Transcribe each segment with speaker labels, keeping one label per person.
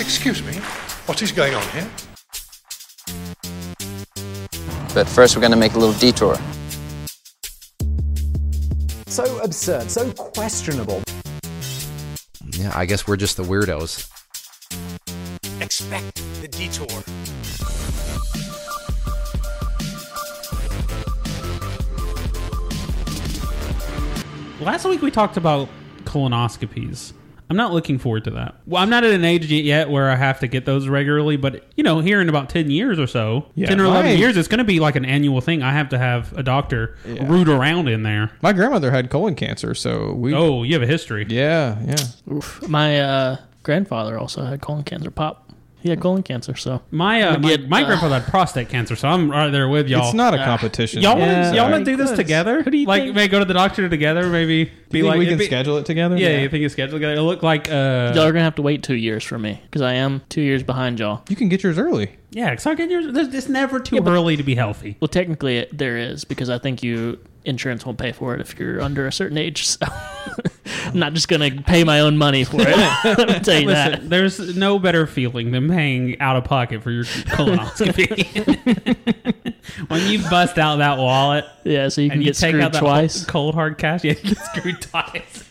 Speaker 1: Excuse me, what is going on here?
Speaker 2: But first, we're going to make a little detour.
Speaker 3: So absurd, so questionable.
Speaker 4: Yeah, I guess we're just the weirdos.
Speaker 5: Expect the detour.
Speaker 6: Last week we talked about colonoscopies. I'm not looking forward to that. Well, I'm not at an age yet where I have to get those regularly, but you know, here in about 10 years or so,
Speaker 7: Yeah,
Speaker 6: 10 or 11
Speaker 7: mine-
Speaker 6: years, it's going to be like an annual thing. I have to have a doctor root around in there.
Speaker 7: My grandmother had colon cancer, so we.
Speaker 6: Oh, you have a history.
Speaker 7: Yeah, yeah.
Speaker 8: My uh, grandfather also had colon cancer. Pop, he had colon cancer. So
Speaker 6: My uh, my,
Speaker 8: Get,
Speaker 6: my
Speaker 8: uh,
Speaker 6: grandfather had prostate cancer, so I'm right there with y'all.
Speaker 7: It's not a competition. uh,
Speaker 6: Y'all want
Speaker 7: Yeah.
Speaker 6: to y'all want to do this together?
Speaker 8: Who do you
Speaker 6: like
Speaker 8: think-
Speaker 6: maybe go to the doctor together? Maybe
Speaker 7: Do you
Speaker 6: be
Speaker 7: think
Speaker 6: like
Speaker 7: we can
Speaker 6: it'd be-
Speaker 7: schedule it together?
Speaker 6: Yeah, you think it's scheduled together? It looked like uh,
Speaker 8: y'all are gonna have to wait two years for me because I am two years behind y'all.
Speaker 7: You can get yours early.
Speaker 6: yeah. Cause I get yours. there's- It's never too early to be healthy.
Speaker 8: Well, technically it, there is because I think you insurance won't pay for it if you're under a certain age. So I'm not just gonna pay my own money for it. Let me tell you that.
Speaker 6: Listen, there's no better feeling than paying out of pocket for your colonoscopy. when you bust out that wallet
Speaker 8: Yeah, so you can
Speaker 6: and you
Speaker 8: get
Speaker 6: take
Speaker 8: screwed
Speaker 6: out that
Speaker 8: twice.
Speaker 6: cold hard cash, yeah, you get screwed twice.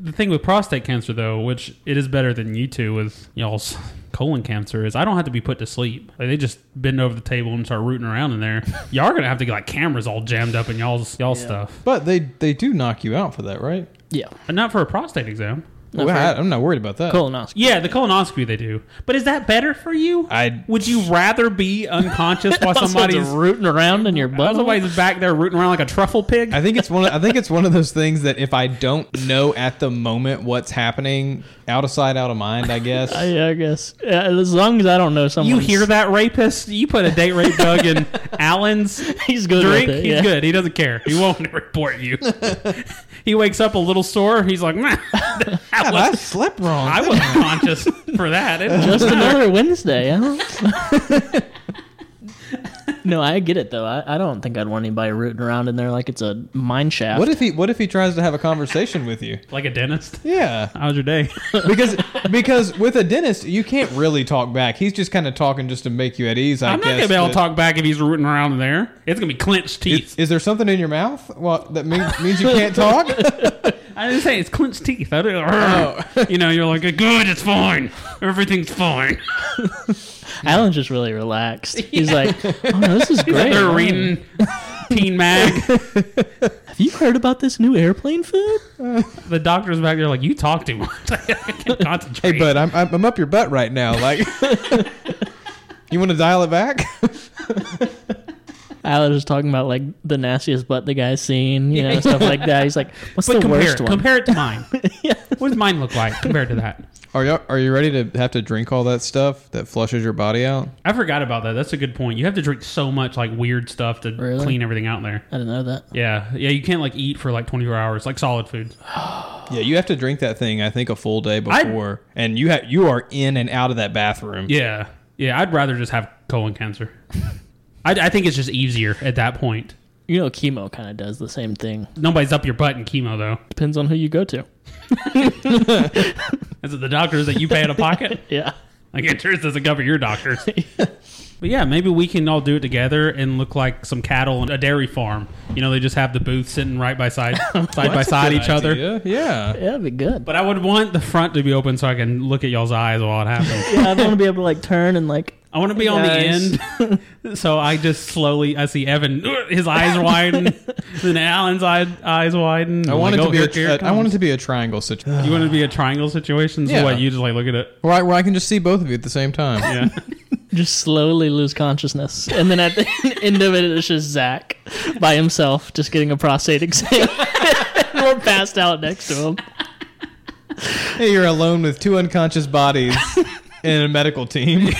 Speaker 6: the thing with prostate cancer, though, which it is better than you two with y'all's colon cancer, is I don't have to be put to sleep. Like, they just bend over the table and start rooting around in there. Y'all are gonna have to get like cameras all jammed up in y'all's y'all stuff,
Speaker 7: But they they do knock you out for that, right?
Speaker 8: yeah,
Speaker 6: but not for a prostate exam.
Speaker 8: No,
Speaker 7: Well,
Speaker 8: for
Speaker 7: I, I'm not worried about that.
Speaker 8: colonoscopy.
Speaker 6: Yeah, the colonoscopy they do. But is that better for you?
Speaker 7: I-
Speaker 6: would you rather be unconscious while somebody's
Speaker 8: rooting around in your
Speaker 6: while
Speaker 8: butt.
Speaker 6: somebody's back there rooting around like a truffle pig?
Speaker 7: I think it's one. Of, I think it's one of those things that if I don't know at the moment what's happening, out of sight, out of mind. I guess.
Speaker 8: Yeah, I guess. Uh, as long as I don't know someone.
Speaker 6: you hear that rapist? You put a date rape bug in Allen's
Speaker 8: He's good with
Speaker 6: drink.
Speaker 8: it,
Speaker 6: he's
Speaker 8: yeah.
Speaker 6: good. He doesn't care. He won't report you. he wakes up a little sore. He's like, "Meh, that
Speaker 7: I
Speaker 6: was,
Speaker 7: slept wrong.
Speaker 6: I wasn't conscious for that. It
Speaker 8: Just
Speaker 6: doesn't matter."
Speaker 8: another Wednesday. huh? no, I get it though. I, I don't think I'd want anybody rooting around in there like it's a mine shaft.
Speaker 7: What if he? What if he tries to have a conversation with you?
Speaker 6: like a dentist.
Speaker 7: Yeah,
Speaker 6: How was your day?
Speaker 7: because because with a dentist you can't really talk back. He's just kind of talking just to make you at ease. I
Speaker 6: I'm not
Speaker 7: guess,
Speaker 6: gonna be able to
Speaker 7: but-
Speaker 6: talk back if he's rooting around in there. It's gonna be clenched teeth.
Speaker 7: Is, is there something in your mouth? Well, that mean, means you can't talk.
Speaker 6: I didn't say it's clenched teeth. I didn't,
Speaker 7: Oh.
Speaker 6: you know, you're like, good, it's fine. Everything's fine.
Speaker 8: Alan's just really relaxed. He's like, oh, no, this is great.
Speaker 6: They're
Speaker 8: Oh,
Speaker 6: reading Teen Mag.
Speaker 8: Have you heard about this new airplane food?
Speaker 6: the doctor's back there like, you talk too much. I can't concentrate.
Speaker 7: hey, bud, I'm, I'm I'm up your butt right now. Like, you want to dial it back?
Speaker 8: Alan was talking about like the nastiest butt the guy's seen, you know, stuff like that. He's like, what's
Speaker 6: But
Speaker 8: the
Speaker 6: compare it.
Speaker 8: worst one?
Speaker 6: Compare it to mine. What does mine look like compared to that?
Speaker 7: Are you are you ready to have to drink all that stuff that flushes your body out?
Speaker 6: I forgot about that. That's a good point. You have to drink so much like weird stuff to
Speaker 8: Really?
Speaker 6: clean everything out there.
Speaker 8: I didn't know that.
Speaker 6: Yeah, yeah. You can't like eat for like 24 hours, like solid food.
Speaker 7: Yeah, you have to drink that thing. I think a full day
Speaker 6: I-
Speaker 7: before, and you ha- you are in and out of that bathroom.
Speaker 6: Yeah, yeah. I'd rather just have colon cancer. I, I think it's just easier at that point.
Speaker 8: You know, chemo kind of does the same thing.
Speaker 6: Nobody's up your butt in chemo though.
Speaker 8: Depends on who you go to.
Speaker 6: Is it the doctors that you pay out of pocket?
Speaker 8: Yeah.
Speaker 6: Like insurance doesn't cover your doctors. but yeah, maybe we can all do it together and look like some cattle on a dairy farm. You know, they just have the booth sitting right by side, side by side each other.
Speaker 7: Yeah, yeah.
Speaker 8: Yeah, that'd be good.
Speaker 6: But I would want the front to be open so I can look at y'all's eyes while it happens.
Speaker 8: Yeah, I'd want to be able to like turn and like
Speaker 6: I want to be on the end, so I just slowly I see Evan, uh, his eyes widen, then Alan's eye, eyes widen.
Speaker 7: I
Speaker 6: I'm
Speaker 7: wanted
Speaker 6: like, oh,
Speaker 7: to be
Speaker 6: here-
Speaker 7: a, uh,
Speaker 6: here it
Speaker 7: I wanted
Speaker 6: comes.
Speaker 7: to be a triangle situation
Speaker 6: You want to be a triangle situation? So
Speaker 7: Yeah.
Speaker 6: what you just like look at it?
Speaker 7: where I, where I can just see both of you at the same time.
Speaker 6: Yeah.
Speaker 8: just slowly lose consciousness, and then at the end of it, it's just Zach by himself, just getting a prostate exam. and we're passed out next to him.
Speaker 7: Hey, you're alone with two unconscious bodies in a medical team.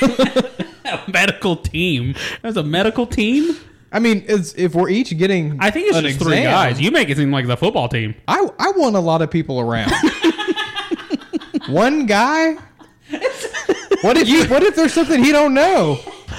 Speaker 6: medical team. That's a medical team.
Speaker 7: I mean, it's, if we're each getting,
Speaker 6: I think it's
Speaker 7: an
Speaker 6: just three
Speaker 7: exam,
Speaker 6: guys. You make it seem like the football team.
Speaker 7: I I want a lot of people around. One guy. What if you, what if there's something he don't know?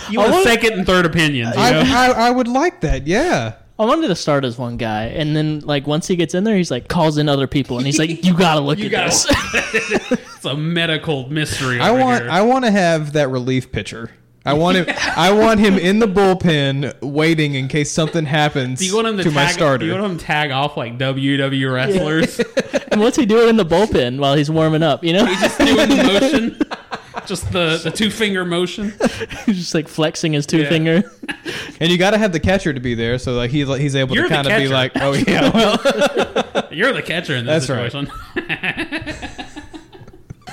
Speaker 6: You want second and third opinions. You know?
Speaker 7: I, I, I would like that. Yeah.
Speaker 8: I wanted to start as one guy, and then like once he gets in there, he's like calls in other people, and he's like, "You gotta look at
Speaker 6: gotta-
Speaker 8: this."
Speaker 6: It's a medical mystery.
Speaker 7: I
Speaker 6: over
Speaker 7: want
Speaker 6: here.
Speaker 7: I want to have that relief pitcher. I want him. I want him in the bullpen, waiting in case something happens
Speaker 6: do you want him to,
Speaker 7: my
Speaker 6: tag,
Speaker 7: starter.
Speaker 6: Do you want him to tag off like WW wrestlers?
Speaker 8: and what's he doing in the bullpen while he's warming up? You know, he's just,
Speaker 6: doing the motion, just the, the two finger motion.
Speaker 8: like flexing his two
Speaker 6: Yeah.
Speaker 8: finger.
Speaker 7: and you got to have the catcher to be there, so like he's like, he's able
Speaker 6: You're
Speaker 7: to
Speaker 6: the
Speaker 7: kind of be
Speaker 6: catcher.
Speaker 7: like, oh yeah, well,
Speaker 6: You're the catcher in this
Speaker 7: That's right.
Speaker 6: situation.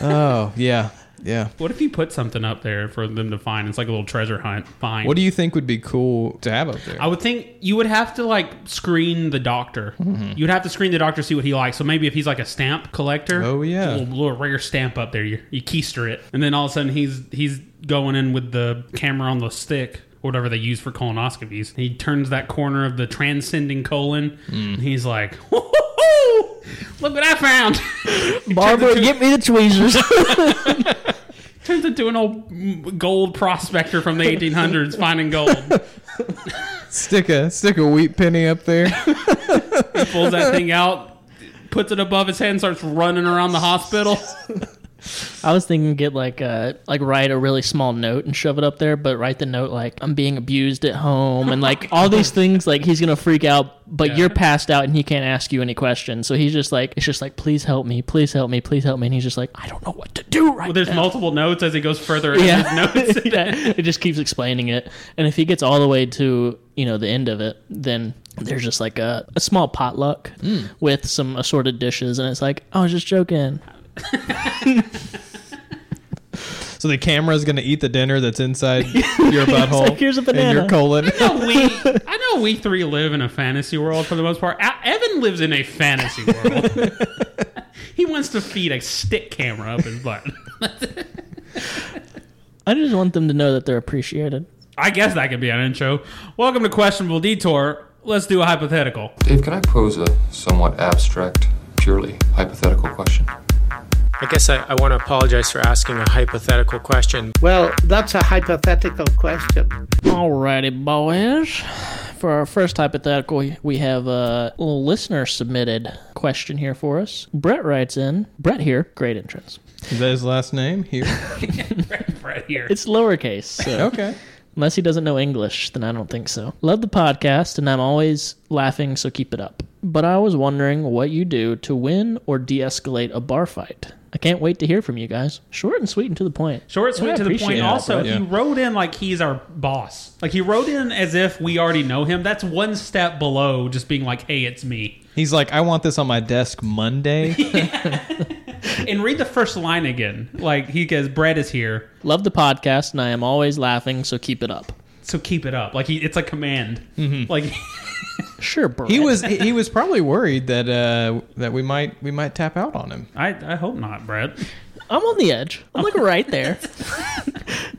Speaker 7: oh yeah, yeah.
Speaker 6: What if you put something up there for them to find? It's like a little treasure hunt. Find.
Speaker 7: What do you think would be cool to have up there?
Speaker 6: I would think you would have to like screen the doctor.
Speaker 7: Mm-hmm.
Speaker 6: You'd have to screen the doctor, see what he likes. So maybe if he's like a stamp collector,
Speaker 7: Oh,
Speaker 6: a
Speaker 7: yeah.
Speaker 6: little, little rare stamp up there. You, you keister it, and then all of a sudden he's he's going in with the camera on the stick. or Whatever they use for colonoscopies, he turns that corner of the transcending colon.
Speaker 7: Mm.
Speaker 6: And he's like, "Woo-hoo-hoo! "Look what I found!"
Speaker 8: Barbara,
Speaker 6: into-
Speaker 8: get me the tweezers.
Speaker 6: Turns into an old mm, gold prospector from the 1800s finding gold.
Speaker 7: stick a stick a wheat penny up there.
Speaker 6: pulls that thing out, puts it above his head, and starts running around the hospital.
Speaker 8: I was thinking get like a like write a really small note and shove it up there, but write the note like I'm being abused at home and like all these things like he's gonna freak out, but
Speaker 6: Yeah.
Speaker 8: you're passed out and he can't ask you any questions. So he's just like it's just like please help me, please help me, please help me, and he's just like I don't know what to do right
Speaker 6: Well, there's
Speaker 8: now.
Speaker 6: multiple notes as he goes further. in
Speaker 8: yeah.
Speaker 6: his notes.
Speaker 8: yeah, it just keeps explaining it, and if he gets all the way to you know the end of it, then there's just like a, a small potluck
Speaker 6: Hmm.
Speaker 8: with some assorted dishes, and it's like I was just joking.
Speaker 7: So the camera is going to eat the dinner that's inside your butthole
Speaker 8: like, "Here's a
Speaker 7: and your
Speaker 8: banana."
Speaker 7: colon.
Speaker 6: we, I know we three live in a fantasy world for the most part. A- Evan lives in a fantasy world. he wants to feed a stick camera up his butt.
Speaker 8: I just want them to know that they're appreciated.
Speaker 6: I guess that could be an intro. Welcome to Questionable Detour. Let's do a hypothetical.
Speaker 5: Dave, can I pose a somewhat abstract, purely hypothetical question?
Speaker 9: I guess I, I want to apologize for asking a hypothetical question.
Speaker 10: Well, that's a hypothetical question.
Speaker 8: Alrighty, boys. For our first hypothetical, we have a little listener submitted question here for us. Brett writes in Brett here, great entrance.
Speaker 7: Is that his last name? Here.
Speaker 6: Right here.
Speaker 8: It's lowercase, so
Speaker 7: Okay.
Speaker 8: unless he doesn't know English, then I don't think so. Love the podcast, and I'm always laughing, so keep it up. But I was wondering what you do to win or de escalate a bar fight. I can't wait to hear from you guys. Short and sweet and to the point.
Speaker 6: Short, sweet,
Speaker 8: Yeah, I
Speaker 6: to the
Speaker 8: appreciate
Speaker 6: point.
Speaker 8: that,
Speaker 6: also,
Speaker 7: Brett.
Speaker 6: he
Speaker 7: Yeah.
Speaker 6: wrote in like he's our boss. Like he wrote in as if we already know him. That's one step below just being like, "Hey, it's me."
Speaker 7: He's like, I want this on my desk Monday.
Speaker 6: And read the first line again. Like he goes, "Brett is here,
Speaker 8: Love the podcast, and I am always laughing, so keep it up.
Speaker 6: so keep it up." Like he, it's a command. Like
Speaker 8: Sure, Brett.
Speaker 7: He was he was probably worried that uh, that we might we might tap out on him.
Speaker 6: I, I hope not, Brett.
Speaker 8: I'm on the edge. I'm like right there.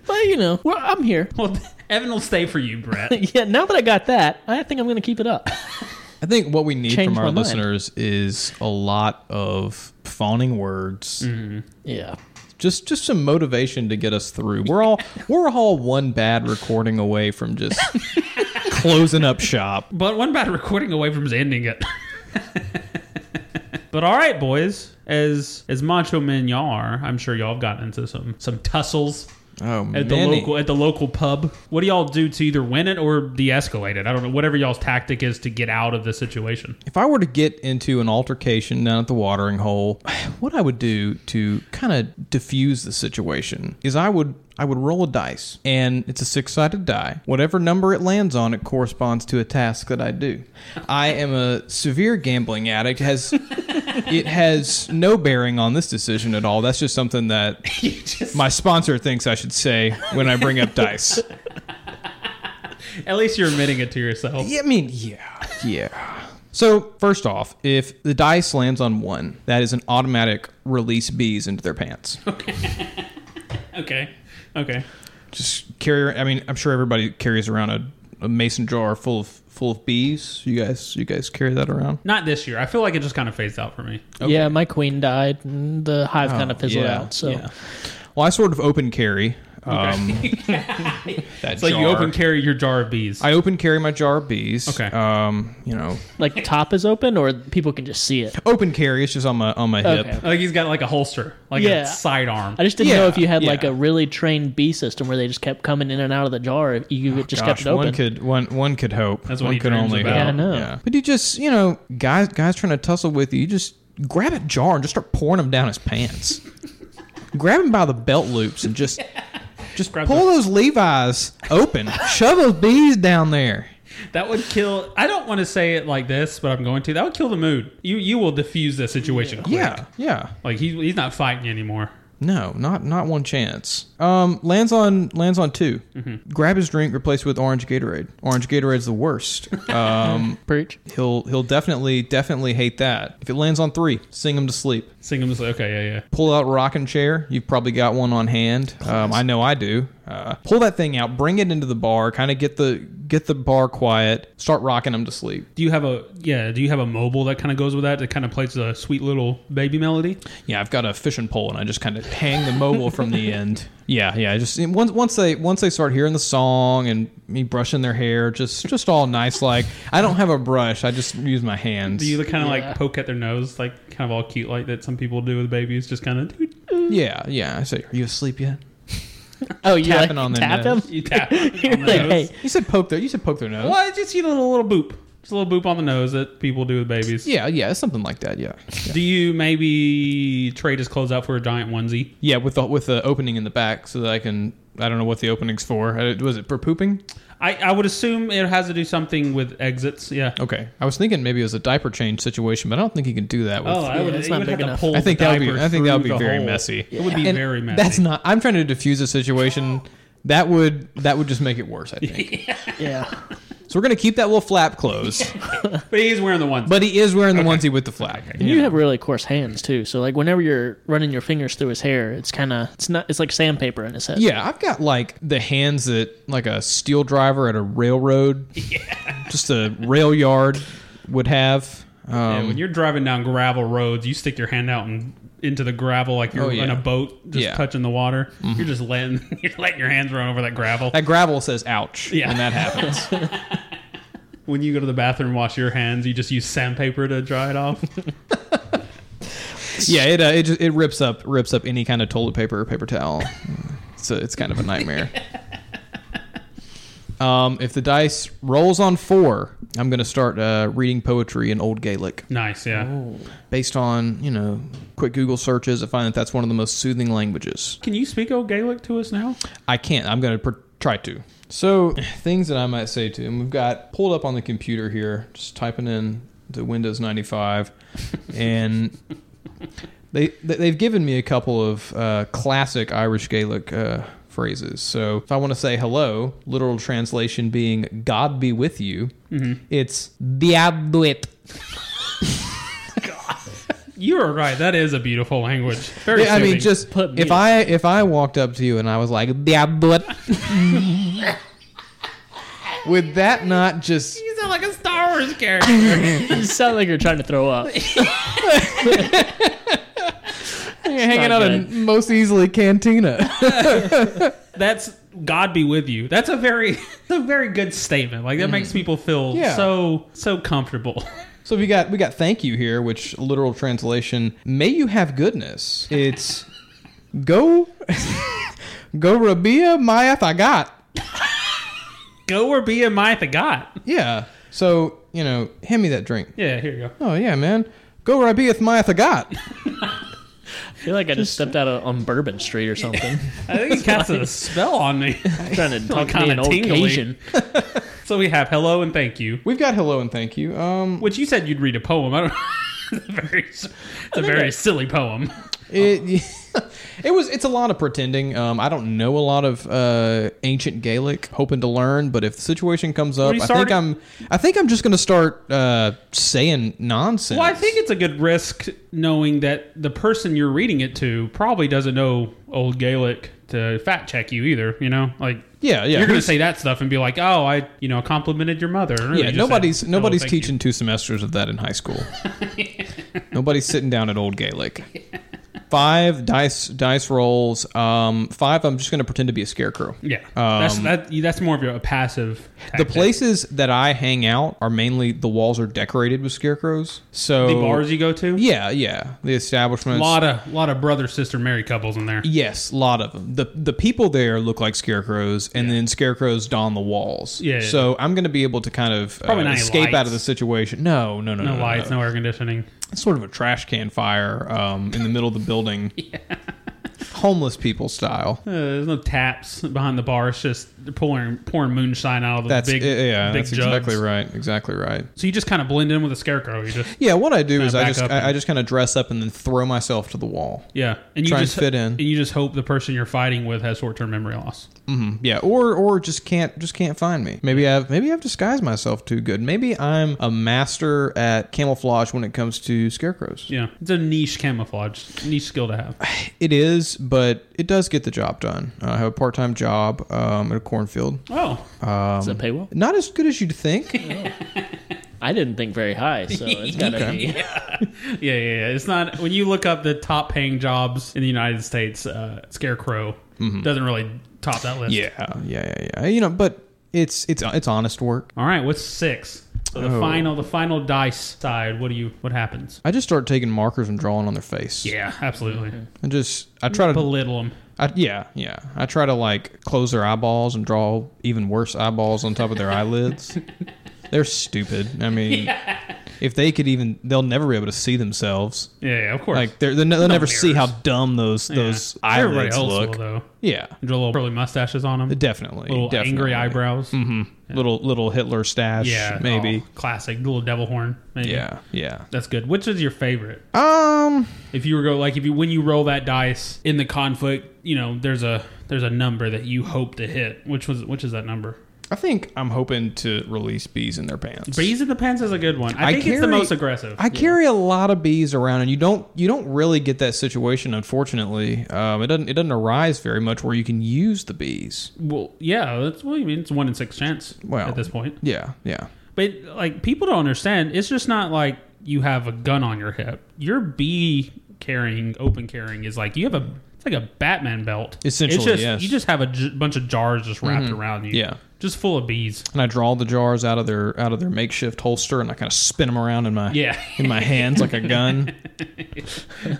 Speaker 8: but you know, well, I'm here.
Speaker 6: Well, Evan will stay for you, Brett.
Speaker 8: Yeah, now that I got that, I think I'm going to keep it up.
Speaker 7: I think what we need
Speaker 8: Changed
Speaker 7: from our
Speaker 8: my mind.
Speaker 7: listeners is a lot of fawning words.
Speaker 8: Yeah.
Speaker 7: Just just some motivation to get us through. We're all we're all one bad recording away from just closing up shop.
Speaker 6: But one bad recording away from his ending it. but all right, boys. As as macho men y'all are, I'm sure y'all have gotten into some some tussles
Speaker 7: Oh,
Speaker 6: at the local at the local pub. What do y'all do to either win it or de-escalate it? I don't know. Whatever y'all's tactic is to get out of the situation.
Speaker 7: If I were to get into an altercation down at the watering hole, what I would do to kind of diffuse the situation is I would I would roll a dice, and it's a six-sided die. Whatever number it lands on, it corresponds to a task that I do. I am a severe gambling addict. Has it has no bearing on this decision at all. That's just something that my sponsor thinks I should say when I bring up dice.
Speaker 6: At least you're admitting it to yourself.
Speaker 7: Yeah, I mean, yeah, yeah. So first off, if the dice lands on one, that is an automatic release bees into their pants.
Speaker 6: Okay. Okay.
Speaker 7: Just carry. I mean, I'm sure everybody carries around a, a mason jar full of full of bees. You guys, you guys carry that around.
Speaker 6: Not this year. I feel like it just kind of phased out for me.
Speaker 8: Yeah,
Speaker 7: Oh,
Speaker 8: my queen died, and the hive kind of fizzled out. So
Speaker 7: Well, I sort of open carry. Um, that
Speaker 6: It's like you
Speaker 7: jar.
Speaker 6: open carry your jar of bees.
Speaker 7: I open carry my jar of bees.
Speaker 6: Okay.
Speaker 7: Um, you know,
Speaker 8: Like the top is open, or people can just see it.
Speaker 7: open carry. It's just on my on my hip.
Speaker 8: Okay.
Speaker 6: like he's got like a holster, like
Speaker 8: Yeah.
Speaker 6: a sidearm.
Speaker 8: I just didn't
Speaker 7: Yeah,
Speaker 8: know if you had like
Speaker 7: yeah.
Speaker 8: a really trained bee system where they just kept coming in and out of the jar. If you just
Speaker 7: Oh, Gosh,
Speaker 8: kept it open.
Speaker 7: One could one one could hope.
Speaker 6: That's what
Speaker 7: one
Speaker 6: he
Speaker 7: could
Speaker 6: dreams
Speaker 7: only
Speaker 6: about.
Speaker 7: hope.
Speaker 8: Yeah, I know.
Speaker 7: But you just you know, guys guys trying to tussle with you, you just grab a jar and just start pouring them down his pants. grab him by the belt loops and just just
Speaker 6: Grab
Speaker 7: pull those Levi's open. shove those bees down there.
Speaker 6: That would kill. I don't want to say it like this, but I'm going to. That would kill the mood. You you will diffuse the situation. quick.
Speaker 7: Yeah, yeah.
Speaker 6: Like he's he's not fighting you anymore.
Speaker 7: No, not not one chance. Um, lands on lands on 2
Speaker 6: Mm-hmm.
Speaker 7: Grab his drink, replace it with orange Gatorade. Orange Gatorade's the worst. Um,
Speaker 8: Preach.
Speaker 7: he'll he'll definitely definitely hate that. If it lands on three, sing him to sleep.
Speaker 6: Sing him just like okay, yeah, yeah.
Speaker 7: Pull out rocking chair. You've probably got one on hand. Um, I know I do. Uh, pull that thing out. Bring it into the bar. Kind of get the get the bar quiet. Start rocking him to sleep.
Speaker 6: Do you have a yeah? Do you have a mobile that kind of goes with that that kind of plays a sweet little baby melody?
Speaker 7: Yeah, I've got a fishing pole, and I just kind of hang the mobile from the end. Yeah, yeah. I Just and once once they once they start hearing the song and me brushing their hair, just just all nice. Like I don't have a brush. I just use my hands.
Speaker 6: Do you kind of
Speaker 8: Yeah.
Speaker 6: like poke at their nose, like kind of all cute, like that some people do with babies, just kind of
Speaker 7: yeah, yeah. I say, are you asleep yet?
Speaker 8: Oh, you
Speaker 7: Tapping
Speaker 8: like,
Speaker 7: on the
Speaker 8: tap
Speaker 7: nose.
Speaker 8: him.
Speaker 6: you tap on
Speaker 8: You're
Speaker 6: the
Speaker 8: like,
Speaker 6: nose.
Speaker 8: hey,
Speaker 7: You said poke their. You said poke their nose.
Speaker 6: Well, it's just you know, a little, little boop, just a little boop on the nose that people do with babies.
Speaker 7: Yeah, yeah. Something like that. Yeah.
Speaker 6: Do you maybe trade his clothes out for a giant onesie?
Speaker 7: Yeah, with the with the opening in the back, so that I can. I don't know what the opening's for. Uh, Was it for pooping?
Speaker 6: I, I would assume it has to do something with exits. Yeah.
Speaker 7: Okay, I was thinking maybe it was a diaper change situation, but I don't think you can do that. With,
Speaker 6: Oh, I
Speaker 8: Yeah,
Speaker 6: would.
Speaker 8: it's
Speaker 6: you
Speaker 8: not
Speaker 6: would
Speaker 8: big
Speaker 6: have to
Speaker 8: enough.
Speaker 6: pull
Speaker 7: I think
Speaker 6: the
Speaker 7: that would be.
Speaker 6: diaper
Speaker 7: I think that would
Speaker 6: through
Speaker 7: be
Speaker 6: the
Speaker 7: very
Speaker 6: hole.
Speaker 7: messy.
Speaker 6: It would be
Speaker 7: And
Speaker 6: very messy.
Speaker 7: That's not. I'm trying to diffuse the situation. That would that would just make it worse. I think.
Speaker 8: yeah.
Speaker 7: so we're gonna keep that little flap closed,
Speaker 6: But he's wearing the ones.
Speaker 7: but he is wearing the onesie with the flap.
Speaker 8: And you have really coarse hands too, so like whenever you're running your fingers through his hair, it's kind of it's not it's like sandpaper in his head.
Speaker 7: Yeah, I've got like the hands that like a steel driver at a railroad, just a rail yard would have. Um,
Speaker 6: And when you're driving down gravel roads, you stick your hand out and into the gravel like you're
Speaker 7: Oh, yeah.
Speaker 6: in a boat, just
Speaker 7: Yeah. Mm-hmm.
Speaker 6: touching the water. You're just letting you're letting your hands run over that gravel.
Speaker 7: that gravel says ouch
Speaker 6: Yeah.
Speaker 7: when that happens.
Speaker 6: When you go to the bathroom, wash your hands. You just use sandpaper to dry it off.
Speaker 7: yeah, it uh, it, just, it rips up rips up any kind of toilet paper or paper towel. so it's kind of a nightmare. um, if the dice rolls on four, I'm going to start uh, reading poetry in Old Gaelic
Speaker 6: nice. Yeah.
Speaker 7: based on you know quick Google searches. I find that that's one of the most soothing languages.
Speaker 6: Can you speak old Gaelic to us now?
Speaker 7: I can't. I'm going to pr- try to. So things that I might say to him. We've got pulled up on the computer here, just typing in the Windows 95, and they they- they've given me a couple of uh, classic Irish Gaelic uh, phrases. So if I want to say hello, literal translation being "God be with you," it's "Diabluit."
Speaker 6: You are right. That is a beautiful language. Very.
Speaker 7: I mean,
Speaker 6: soothing.
Speaker 7: just
Speaker 8: Put me
Speaker 7: if
Speaker 8: in.
Speaker 7: I if I walked up to you and I was like "Diabluit," would that not just
Speaker 6: You sound like a Star Wars character.
Speaker 8: you sound like you're trying to throw up.
Speaker 7: You're hanging
Speaker 8: not
Speaker 7: out in most easily cantina.
Speaker 6: That's God be with you. That's a very, that's a very good statement. Like that makes people feel
Speaker 7: Yeah.
Speaker 6: so, so comfortable.
Speaker 7: so we got we got thank you here, which literal translation may you have goodness. It's go go Rabia Maya I got.
Speaker 6: Go or be a Mytha God.
Speaker 7: Yeah. So you know, hand me that drink.
Speaker 6: Yeah. Here you go.
Speaker 7: Oh yeah, man. Go Rabiath Maya I got.
Speaker 8: I feel like I just stepped out on Bourbon Street or something,
Speaker 6: I think he cast a spell on me.
Speaker 8: trying to talk to me
Speaker 6: kinda
Speaker 8: an old
Speaker 6: tingly.
Speaker 8: Cajun.
Speaker 6: so we have hello and thank you,
Speaker 7: We've got hello and thank you. Um,
Speaker 6: which you said you'd read a poem. I don't. It's a very, it's a very silly poem.
Speaker 7: it it was it's a lot of pretending. Um, I don't know a lot of uh, ancient Gaelic, hoping to learn. But if the situation comes up,
Speaker 6: you
Speaker 7: I
Speaker 6: started-
Speaker 7: think I'm I think I'm just gonna start uh, saying nonsense.
Speaker 6: Well, I think it's a good risk knowing that the person you're reading it to probably doesn't know old Gaelic to fact check you either. You know, like
Speaker 7: Yeah, yeah.
Speaker 6: you're gonna
Speaker 7: Who's-
Speaker 6: say that stuff and be like, oh, I you know complimented your mother. Or you
Speaker 7: Yeah,
Speaker 6: just
Speaker 7: nobody's
Speaker 6: said, "Oh,
Speaker 7: nobody's
Speaker 6: thank you."
Speaker 7: teaching two semesters of that in high school. nobody's sitting down at old Gaelic. Five dice dice rolls. Um, five. I'm just going to pretend to be a scarecrow.
Speaker 6: Yeah,
Speaker 7: Um,
Speaker 6: that's that. That's more of your a passive.
Speaker 7: The
Speaker 6: tactic.
Speaker 7: places that I hang out are mainly the walls are decorated with scarecrows. So
Speaker 6: the bars you go to.
Speaker 7: Yeah, yeah. The
Speaker 6: a
Speaker 7: establishments.
Speaker 6: lot of lot of brother sister married couples in there.
Speaker 7: Yes, a lot of them. The the people there look like scarecrows, and then scarecrows don the walls.
Speaker 6: Yeah, yeah,
Speaker 7: So I'm going to be able to kind of uh,
Speaker 6: Probably not any
Speaker 7: escape out
Speaker 6: lights.
Speaker 7: of the situation. No, no, no, no,
Speaker 6: No lights, no air conditioning.
Speaker 7: It's sort of a trash can fire um, in the middle of the building. Homeless people style.
Speaker 6: Uh, there's no taps behind the bar. It's just they're pouring pouring moonshine out of the
Speaker 7: That's
Speaker 6: big
Speaker 7: yeah.
Speaker 6: big
Speaker 7: that's
Speaker 6: jugs.
Speaker 7: exactly right. Exactly right.
Speaker 6: So you just kind of blend in with a scarecrow. You just
Speaker 7: Yeah. What I do
Speaker 6: Kinda
Speaker 7: is I
Speaker 6: back
Speaker 7: just
Speaker 6: up
Speaker 7: I, I
Speaker 6: and-
Speaker 7: just kind of dress up and then throw myself to the wall.
Speaker 6: yeah, and you
Speaker 7: Try and
Speaker 6: just
Speaker 7: fit in.
Speaker 6: and you just hope the person you're fighting with has short term memory loss.
Speaker 7: Yeah, or or just can't just can't find me. Maybe I've maybe I've disguised myself too good. Maybe I'm a master at camouflage when it comes to scarecrows.
Speaker 6: Yeah, it's a niche camouflage, niche skill to have.
Speaker 7: It is, but it does get the job done. Uh, I have a part time job um, at a cornfield.
Speaker 6: Oh,
Speaker 8: Does that pay well?
Speaker 7: Not as good as you'd think.
Speaker 8: I didn't think very high, so it's got to be.
Speaker 6: yeah, yeah, yeah. It's not when you look up the top paying jobs in the United States. Uh, scarecrow doesn't really top that list.
Speaker 7: Mm-hmm. yeah, yeah, yeah, yeah. You know, but it's it's it's honest work.
Speaker 6: All right, what's six? So the
Speaker 7: Oh.
Speaker 6: final, the final dice side. What do you? What happens?
Speaker 7: I just start taking markers and drawing on their face.
Speaker 6: Yeah, absolutely.
Speaker 7: and just I try to
Speaker 6: Belittle them.
Speaker 7: I, yeah yeah I try to like close their eyeballs and draw even worse eyeballs on top of their eyelids. They're stupid. I mean, if they could even, they'll never be able to see themselves.
Speaker 6: Yeah, yeah, of course.
Speaker 7: Like they're, they're, ne- they'll
Speaker 6: No
Speaker 7: never see how
Speaker 6: mirrors.
Speaker 7: dumb those
Speaker 6: Yeah.
Speaker 7: those
Speaker 6: Everybody
Speaker 7: eyelids
Speaker 6: else
Speaker 7: look.
Speaker 6: will, though.
Speaker 7: Yeah,
Speaker 6: Draw little curly mustaches on them.
Speaker 7: definitely.
Speaker 6: little
Speaker 7: definitely.
Speaker 6: angry eyebrows. Mm-hmm.
Speaker 7: Little little Hitler stash.
Speaker 6: Yeah,
Speaker 7: maybe.
Speaker 6: oh, classic. Little devil horn. Maybe.
Speaker 7: Yeah, yeah.
Speaker 6: that's good. Which is your favorite?
Speaker 7: Um,
Speaker 6: If you were go like if you when you roll that dice in the conflict, you know there's a there's a number that you hope to hit. Which was which is that number?
Speaker 7: I think I'm hoping to release bees in their pants.
Speaker 6: Bees in the pants is a good one. I, think it's the
Speaker 7: carry-
Speaker 6: most aggressive.
Speaker 7: I carry a lot of bees around, and you don't you don't really get that situation. Unfortunately, um, it doesn't it doesn't arise very much where you can use the bees.
Speaker 6: well, yeah, that's what I mean. It's one in six chance
Speaker 7: Well,
Speaker 6: at this point.
Speaker 7: Yeah, yeah.
Speaker 6: But like people don't understand, it's just not like you have a gun on your hip. Your bee carrying, open carrying is like you have a it's like a Batman belt.
Speaker 7: Essentially,
Speaker 6: it's just,
Speaker 7: yes. Mm-hmm.
Speaker 6: You just have a j- bunch of jars just wrapped around you.
Speaker 7: Yeah.
Speaker 6: just full of bees.
Speaker 7: And I draw the jars out of their out of their makeshift holster, and I kind of spin them around in my
Speaker 6: Yeah.
Speaker 7: in my hands like a gun.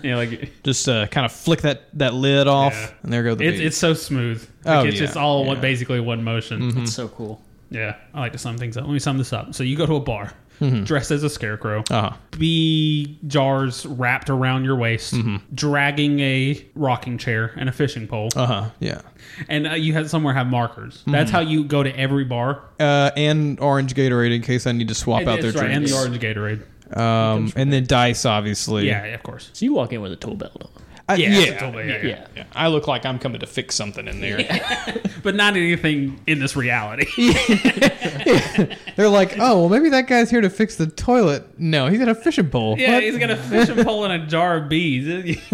Speaker 6: Yeah, like
Speaker 7: Just uh, kind of flick that that lid off,
Speaker 6: Yeah.
Speaker 7: and there go the
Speaker 6: it's
Speaker 7: bees.
Speaker 6: it's so smooth.
Speaker 7: Oh,
Speaker 6: Like, it's
Speaker 7: yeah,
Speaker 6: just all one,
Speaker 7: yeah. Mm-hmm.
Speaker 6: basically one motion.
Speaker 8: It's so cool.
Speaker 6: Yeah, I like to sum things up. Let me sum this up. So you go to a bar,
Speaker 7: Mm-hmm.
Speaker 6: dressed as a scarecrow,
Speaker 7: Uh-huh.
Speaker 6: bee jars wrapped around your waist,
Speaker 7: Mm-hmm.
Speaker 6: dragging a rocking chair and a fishing pole,
Speaker 7: uh huh. Yeah.
Speaker 6: and uh, you had somewhere have markers. That's how you go to every bar.
Speaker 7: Uh, and orange Gatorade in case I need to swap out their
Speaker 6: That's right, and
Speaker 7: drinks.
Speaker 6: the orange Gatorade.
Speaker 7: um, and then dice, obviously.
Speaker 6: Yeah, yeah, of course.
Speaker 8: So you walk in with a tool belt on.
Speaker 7: I,
Speaker 6: Yeah,
Speaker 7: yeah.
Speaker 6: that's totally- yeah, yeah.
Speaker 8: Yeah.
Speaker 7: Yeah, I look like I'm coming to fix something in there.
Speaker 6: but not anything in this reality.
Speaker 7: They're like, oh, well, maybe that guy's here to fix the toilet. No, he's got a fishing pole.
Speaker 6: Yeah,
Speaker 7: What?
Speaker 6: he's got a fishing pole and a jar of bees.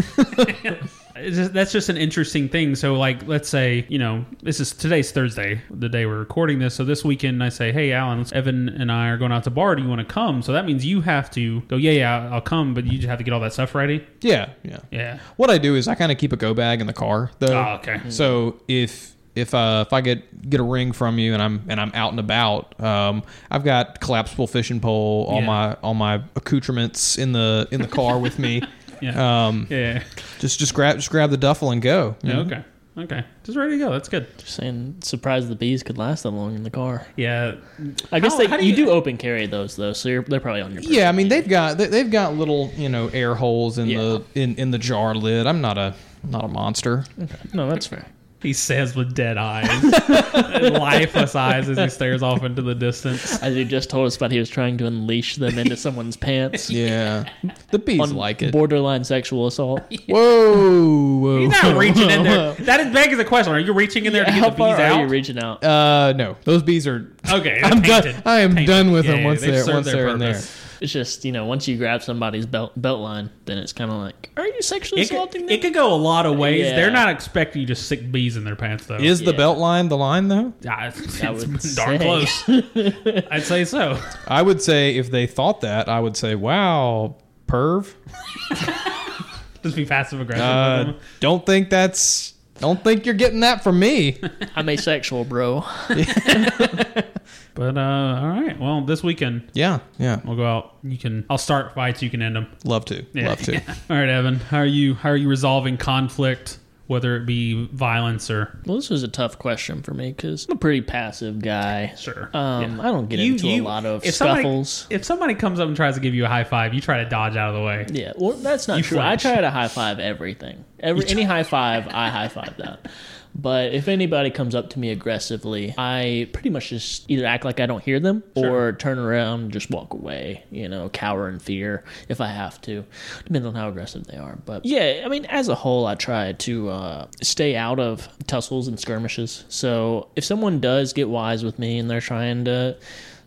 Speaker 6: It's just- that's just an interesting thing. So, like, let's say you know this is today's Thursday, the day we're recording this. So this weekend, I say, hey, Alan, Evan and I are going out to bar. Do you want to come? So that means you have to go. Yeah, yeah, I'll come, but you just have to get all that stuff ready.
Speaker 7: yeah, yeah,
Speaker 6: Yeah.
Speaker 7: What I do is I kind of keep a go bag in the car, though.
Speaker 6: Oh, okay.
Speaker 7: So if if uh, if I get get a ring from you and I'm and I'm out and about, um, I've got collapsible fishing pole, all
Speaker 6: Yeah.
Speaker 7: my all my accoutrements in the in the car with me.
Speaker 6: Yeah.
Speaker 7: Um,
Speaker 6: Yeah.
Speaker 7: just just grab just grab the duffel and go.
Speaker 6: yeah. Okay. Okay. Just ready to go. That's good.
Speaker 8: Just saying, surprised the bees could last that long in the car.
Speaker 6: Yeah.
Speaker 8: I guess
Speaker 6: How-
Speaker 8: they
Speaker 6: how do
Speaker 8: you,
Speaker 6: you-
Speaker 8: do open carry those though, so you're, they're probably on your. Person.
Speaker 7: Yeah, I mean they've got they- they've got little you know air holes in
Speaker 8: Yeah.
Speaker 7: the in, in the jar lid. I'm not a not a monster.
Speaker 8: No, that's fair.
Speaker 6: He says with dead eyes, lifeless eyes, as he stares off into the distance.
Speaker 8: As you just told us about, he was trying to unleash them into someone's pants.
Speaker 7: Yeah, the bees
Speaker 8: On
Speaker 7: like it.
Speaker 8: borderline sexual assault.
Speaker 7: Whoa, whoa.
Speaker 6: You're not reaching in there. That is begs the question. Are you reaching in there to get
Speaker 8: How
Speaker 6: the
Speaker 8: far
Speaker 6: bees
Speaker 8: are you
Speaker 6: out?
Speaker 8: reaching out?
Speaker 7: Uh, no, those bees are.
Speaker 6: okay,
Speaker 7: I'm
Speaker 6: they're
Speaker 7: done.
Speaker 6: painted.
Speaker 7: I am
Speaker 6: Painted.
Speaker 7: done with
Speaker 6: Yeah,
Speaker 7: them
Speaker 6: yeah,
Speaker 7: once
Speaker 6: they've
Speaker 7: they're
Speaker 6: served
Speaker 7: once
Speaker 6: their
Speaker 7: they're in there.
Speaker 6: purpose.
Speaker 8: It's just you know, once you grab somebody's belt belt line, then it's kind of like, are you sexually
Speaker 6: It
Speaker 8: assaulting
Speaker 6: could,
Speaker 8: them?
Speaker 6: it could go a lot of ways.
Speaker 8: Yeah.
Speaker 6: They're not expecting you to stick bees in their pants, though.
Speaker 7: Is the
Speaker 8: Yeah.
Speaker 7: belt line the line though?
Speaker 6: Ah, it's,
Speaker 8: I
Speaker 6: it's
Speaker 8: would
Speaker 6: darn
Speaker 8: say.
Speaker 6: close. I'd say so.
Speaker 7: I would say if they thought that, I would say, "Wow, perv."
Speaker 6: Just be passive aggressive. with
Speaker 7: Uh,
Speaker 6: them.
Speaker 7: don't think that's. Don't think you're getting that from me.
Speaker 8: I'm asexual, bro.
Speaker 6: But uh, all right. Well, this weekend
Speaker 7: Yeah, yeah.
Speaker 6: we'll go out. You can. I'll start fights. You can end them.
Speaker 7: Love to.
Speaker 6: Yeah.
Speaker 7: Love to.
Speaker 6: All right, Evan. How are you? How are you resolving conflict, whether it be violence or
Speaker 8: Well, this was a tough question for me because I'm a pretty passive guy.
Speaker 6: sure?
Speaker 8: Um, I don't get into a lot of
Speaker 6: if
Speaker 8: scuffles.
Speaker 6: Somebody, if somebody comes up and tries to give you a high five, you try to dodge out of the way.
Speaker 8: Yeah, well, that's not
Speaker 6: You
Speaker 8: true.
Speaker 6: flinch.
Speaker 8: I try to high five everything. Every any high five, I high five that. But if anybody comes up to me aggressively, I pretty much just either act like I don't hear them or turn around, and just walk away. You know, cower in fear if I have to, depending on how aggressive they are. But yeah, I mean, as a whole, I try to uh, stay out of tussles and skirmishes. So if someone does get wise with me and they're trying to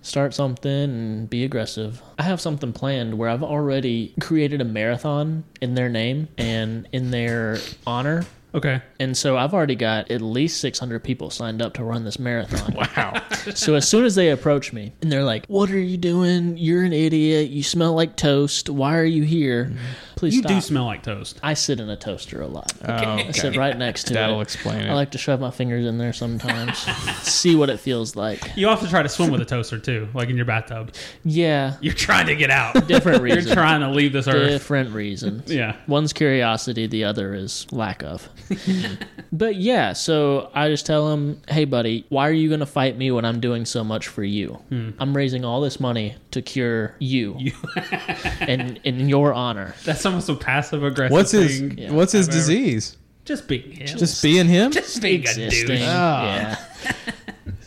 Speaker 8: start something and be aggressive. I have something planned where I've already created a marathon in their name and in their honor.
Speaker 6: Okay.
Speaker 8: And so I've already got at least 600 people signed up to run this marathon. Wow. so as soon as they approach me and they're like, What are you doing? You're an idiot. You smell like toast. Why are you here? Please
Speaker 6: You
Speaker 8: stop.
Speaker 6: do smell like toast.
Speaker 8: I sit in a toaster a lot.
Speaker 7: Uh,
Speaker 8: I sit right next to it.
Speaker 7: That'll explain it.
Speaker 8: I like to shove my fingers in there sometimes, see what it feels like.
Speaker 6: You also try to swim with a toaster too, like in your bathtub.
Speaker 8: Yeah.
Speaker 6: You're trying to get out.
Speaker 8: Different
Speaker 6: You're
Speaker 8: reason.
Speaker 6: trying to leave this earth.
Speaker 8: different reasons.
Speaker 6: Yeah.
Speaker 8: One's curiosity, the other is lack of. but yeah, so I just tell him, hey, buddy, why are you going to fight me when I'm doing so much for you?
Speaker 6: Hmm.
Speaker 8: I'm raising all this money to cure you, and in your honor.
Speaker 6: That's almost a passive aggressive
Speaker 7: What's his
Speaker 6: thing.
Speaker 7: What's his
Speaker 6: I've ever-
Speaker 7: disease?
Speaker 6: Just being him.
Speaker 7: Just being him.
Speaker 6: Just being a
Speaker 8: Existing.
Speaker 6: douche. Ah.
Speaker 8: Yeah.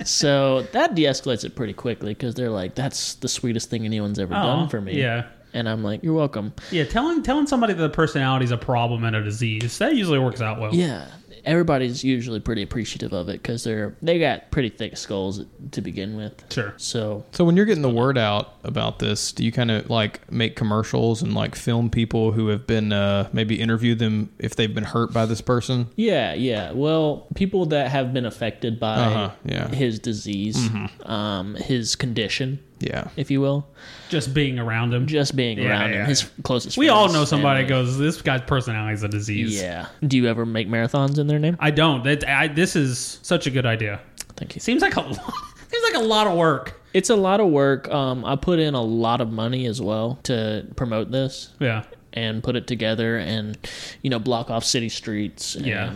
Speaker 8: so that de escalates it pretty quickly because they're like, that's the sweetest thing anyone's ever done for me.
Speaker 6: Oh, Yeah.
Speaker 8: And I'm like, you're welcome.
Speaker 6: Yeah, telling telling somebody that the personality is a problem and a disease that usually works out well.
Speaker 8: Yeah, everybody's usually pretty appreciative of it because they're they got pretty thick skulls to begin with.
Speaker 6: Sure.
Speaker 8: So
Speaker 7: So when you're getting the word out about this, do you kind of like make commercials and like film people who have been uh, maybe interview them if they've been hurt by this person?
Speaker 8: yeah, yeah. Well, people that have been affected by
Speaker 7: Uh-huh, yeah. Mm-hmm.
Speaker 8: his disease, um, his condition,
Speaker 7: Yeah.
Speaker 8: if you will,
Speaker 6: Just being around them.
Speaker 8: just being
Speaker 6: Yeah,
Speaker 8: around
Speaker 6: yeah,
Speaker 8: him, his closest.
Speaker 6: we
Speaker 8: friends,
Speaker 6: all know somebody
Speaker 8: family.
Speaker 6: goes, this guy's personality is a disease.
Speaker 8: Yeah. Do you ever make marathons in their name?
Speaker 6: I don't. That I, this is such a good idea.
Speaker 8: Thank you.
Speaker 6: Seems like a lot, seems like a lot of work.
Speaker 8: It's a lot of work. Um, I put in a lot of money as well to promote this
Speaker 6: Yeah,
Speaker 8: and put it together, and you know, block off city streets. And,
Speaker 6: yeah.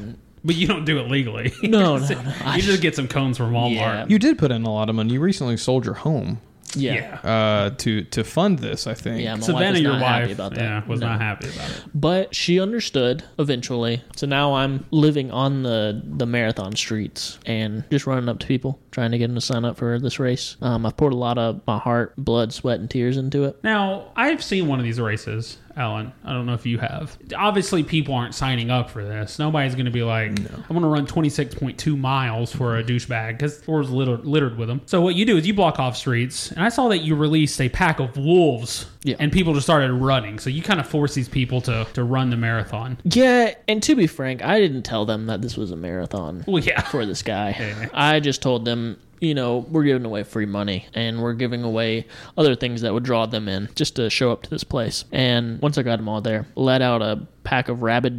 Speaker 6: But you don't do it legally.
Speaker 8: No, no, no.
Speaker 6: you just get some cones from Walmart.
Speaker 8: Yeah.
Speaker 7: You did put in a lot of money. You recently sold your home
Speaker 8: Yeah.
Speaker 6: Yeah.
Speaker 7: uh, to to fund this. I think.
Speaker 8: Yeah, my wife
Speaker 6: Savannah,
Speaker 8: is
Speaker 6: your
Speaker 8: not
Speaker 6: wife,
Speaker 8: happy about that.
Speaker 6: yeah, was
Speaker 8: No.
Speaker 6: not happy about it.
Speaker 8: But she understood eventually. So now I'm living on the, the marathon streets and just running up to people, trying to get them to sign up for this race. Um, I've poured a lot of my heart, blood, sweat, and tears into it.
Speaker 6: Now, I've seen one of these races, Alan. I don't know if you have. Obviously, people aren't signing up for this. Nobody's going to be like, I'm going to run 26.2 miles for a douchebag because the floor's littered, littered with them. So, what you do is you block off streets. And I saw that you released a pack of wolves
Speaker 8: Yeah.
Speaker 6: and people just started running. So, you kind of force these people to, to run the marathon.
Speaker 8: Yeah, and to be frank, I didn't tell them that this was a marathon
Speaker 6: Well, yeah.
Speaker 8: for this guy. I just told them, you know, we're giving away free money and we're giving away other things that would draw them in just to show up to this place. And once I got them all there, let out a pack of rabid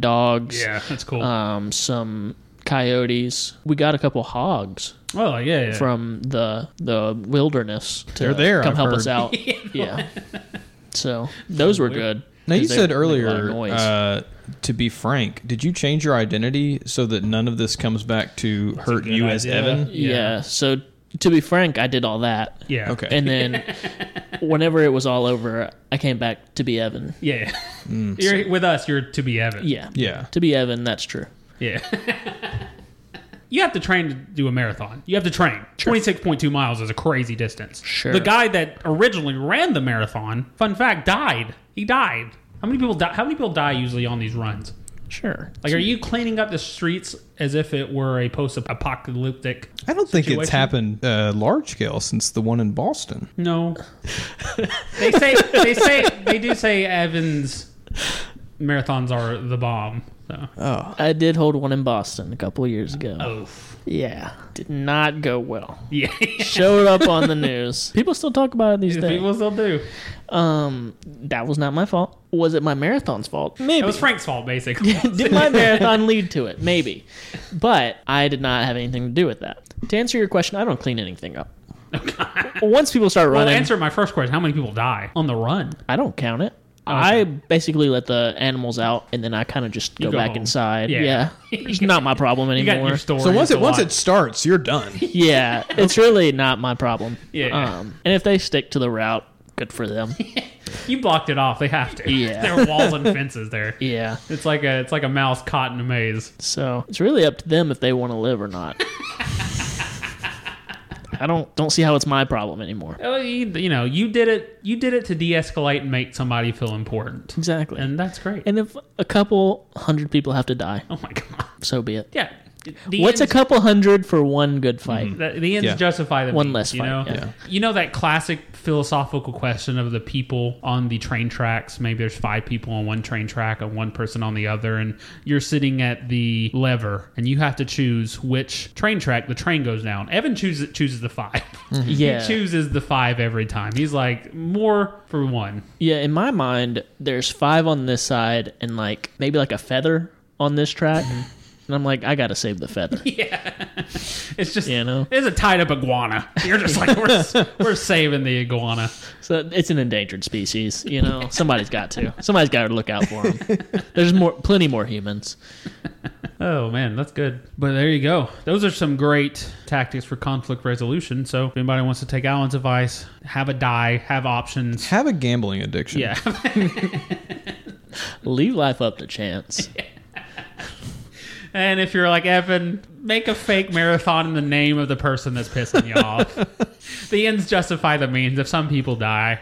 Speaker 8: dogs.
Speaker 6: Yeah, that's cool.
Speaker 8: um, some coyotes. We got a couple hogs
Speaker 6: well, yeah, yeah.
Speaker 8: from the the wilderness. To
Speaker 7: They're there,
Speaker 8: Come
Speaker 7: I've
Speaker 8: help
Speaker 7: heard.
Speaker 8: us out. yeah. So those were good.
Speaker 7: Now you
Speaker 8: 'cause they
Speaker 7: said
Speaker 8: make a lot of
Speaker 7: earlier,
Speaker 8: noise.
Speaker 7: uh, to be frank, did you change your identity so that none of this comes back to hurt you as
Speaker 6: idea.
Speaker 7: Evan?
Speaker 8: yeah. So to be frank, I did all that,
Speaker 6: yeah.
Speaker 7: Okay.
Speaker 8: and then whenever it was all over, I came back to be Evan.
Speaker 6: Yeah. you're, with us, you're to be Evan.
Speaker 8: Yeah.
Speaker 7: Yeah.
Speaker 8: To be Evan, that's true.
Speaker 6: Yeah. you have to train to do a marathon. You have to train. 26.2 miles is a crazy distance.
Speaker 8: Sure.
Speaker 6: The guy that originally ran the marathon, fun fact, died. He died. How many people die? How many people die usually on these runs?
Speaker 8: Sure.
Speaker 6: Like, are you cleaning up the streets as if it were a post-apocalyptic?
Speaker 7: I don't think it's
Speaker 6: Situation.
Speaker 7: happened uh, large scale since the one in Boston.
Speaker 6: No. they say they say they do say Evans marathons are the bomb. So.
Speaker 8: I did hold one in Boston a couple of years ago.
Speaker 6: Oof.
Speaker 8: Yeah, did not go well.
Speaker 6: Yeah.
Speaker 8: Showed up on the news. People still talk about it these days.
Speaker 6: People still do.
Speaker 8: Um, that was not my fault. Was it my marathon's fault? Maybe.
Speaker 6: It was Frank's fault, basically.
Speaker 8: did my marathon lead to it? Maybe. But I did not have anything to do with that. To answer your question, I don't clean anything up. Once people start
Speaker 6: well,
Speaker 8: running,
Speaker 6: answer my first question: How many people die on the run?
Speaker 8: I don't count it. I basically let the animals out, and then I kind of just go,
Speaker 6: go
Speaker 8: back
Speaker 6: home.
Speaker 8: inside.
Speaker 6: Yeah.
Speaker 8: Yeah, it's not my problem
Speaker 6: You got
Speaker 8: anymore.
Speaker 6: your story.
Speaker 7: So once
Speaker 6: It's
Speaker 7: it
Speaker 6: a
Speaker 7: once
Speaker 6: lot.
Speaker 7: it starts, you're done.
Speaker 8: yeah, it's really not my problem.
Speaker 6: Yeah, yeah.
Speaker 8: Um, and if they stick to the route, good for them.
Speaker 6: you blocked it off, they have to.
Speaker 8: Yeah.
Speaker 6: there are walls and fences there.
Speaker 8: yeah.
Speaker 6: It's like a it's like a mouse caught in a maze.
Speaker 8: So it's really up to them if they want to live or not. I don't don't see how it's my problem anymore.
Speaker 6: Oh, You, you know, you did it. You did it to de-escalate and make somebody feel important,
Speaker 8: Exactly.
Speaker 6: and that's great.
Speaker 8: And if a couple hundred people have to die,
Speaker 6: oh my god,
Speaker 8: so be it.
Speaker 6: yeah. The Mm-hmm.
Speaker 8: What's a
Speaker 6: ends-
Speaker 8: couple hundred for one good fight?
Speaker 6: The, the ends
Speaker 7: Yeah.
Speaker 6: justify the
Speaker 8: One
Speaker 6: means,
Speaker 8: less
Speaker 6: you
Speaker 8: fight,
Speaker 6: know.
Speaker 8: yeah. Yeah.
Speaker 6: You know that classic philosophical question of the people on the train tracks. Maybe there's five people on one train track and one person on the other, and you're sitting at the lever, and you have to choose which train track the train goes down. Evan chooses chooses the 5
Speaker 8: Yeah.
Speaker 6: he chooses the five every time. He's like more for one.
Speaker 8: Yeah, in my mind, there's five on this side and like maybe like a feather on this track.
Speaker 6: Mm-hmm.
Speaker 8: And I'm like, I gotta save the feather.
Speaker 6: It's just
Speaker 8: You know?
Speaker 6: it's a tied up iguana. You're just like we're s- we're saving the iguana.
Speaker 8: So it's an endangered species, you know. Somebody's got to. Somebody's got to look out for them. There's more, plenty more humans.
Speaker 6: Oh man, that's good. But there you go. Those are some great tactics for conflict resolution. So if anybody wants to take Alan's advice, have a die, have options.
Speaker 7: Have a gambling addiction.
Speaker 6: Yeah.
Speaker 8: Leave life up to chance.
Speaker 6: and if you're like Evan, make a fake marathon in the name of the person that's pissing you off. The ends justify the means. If some people die,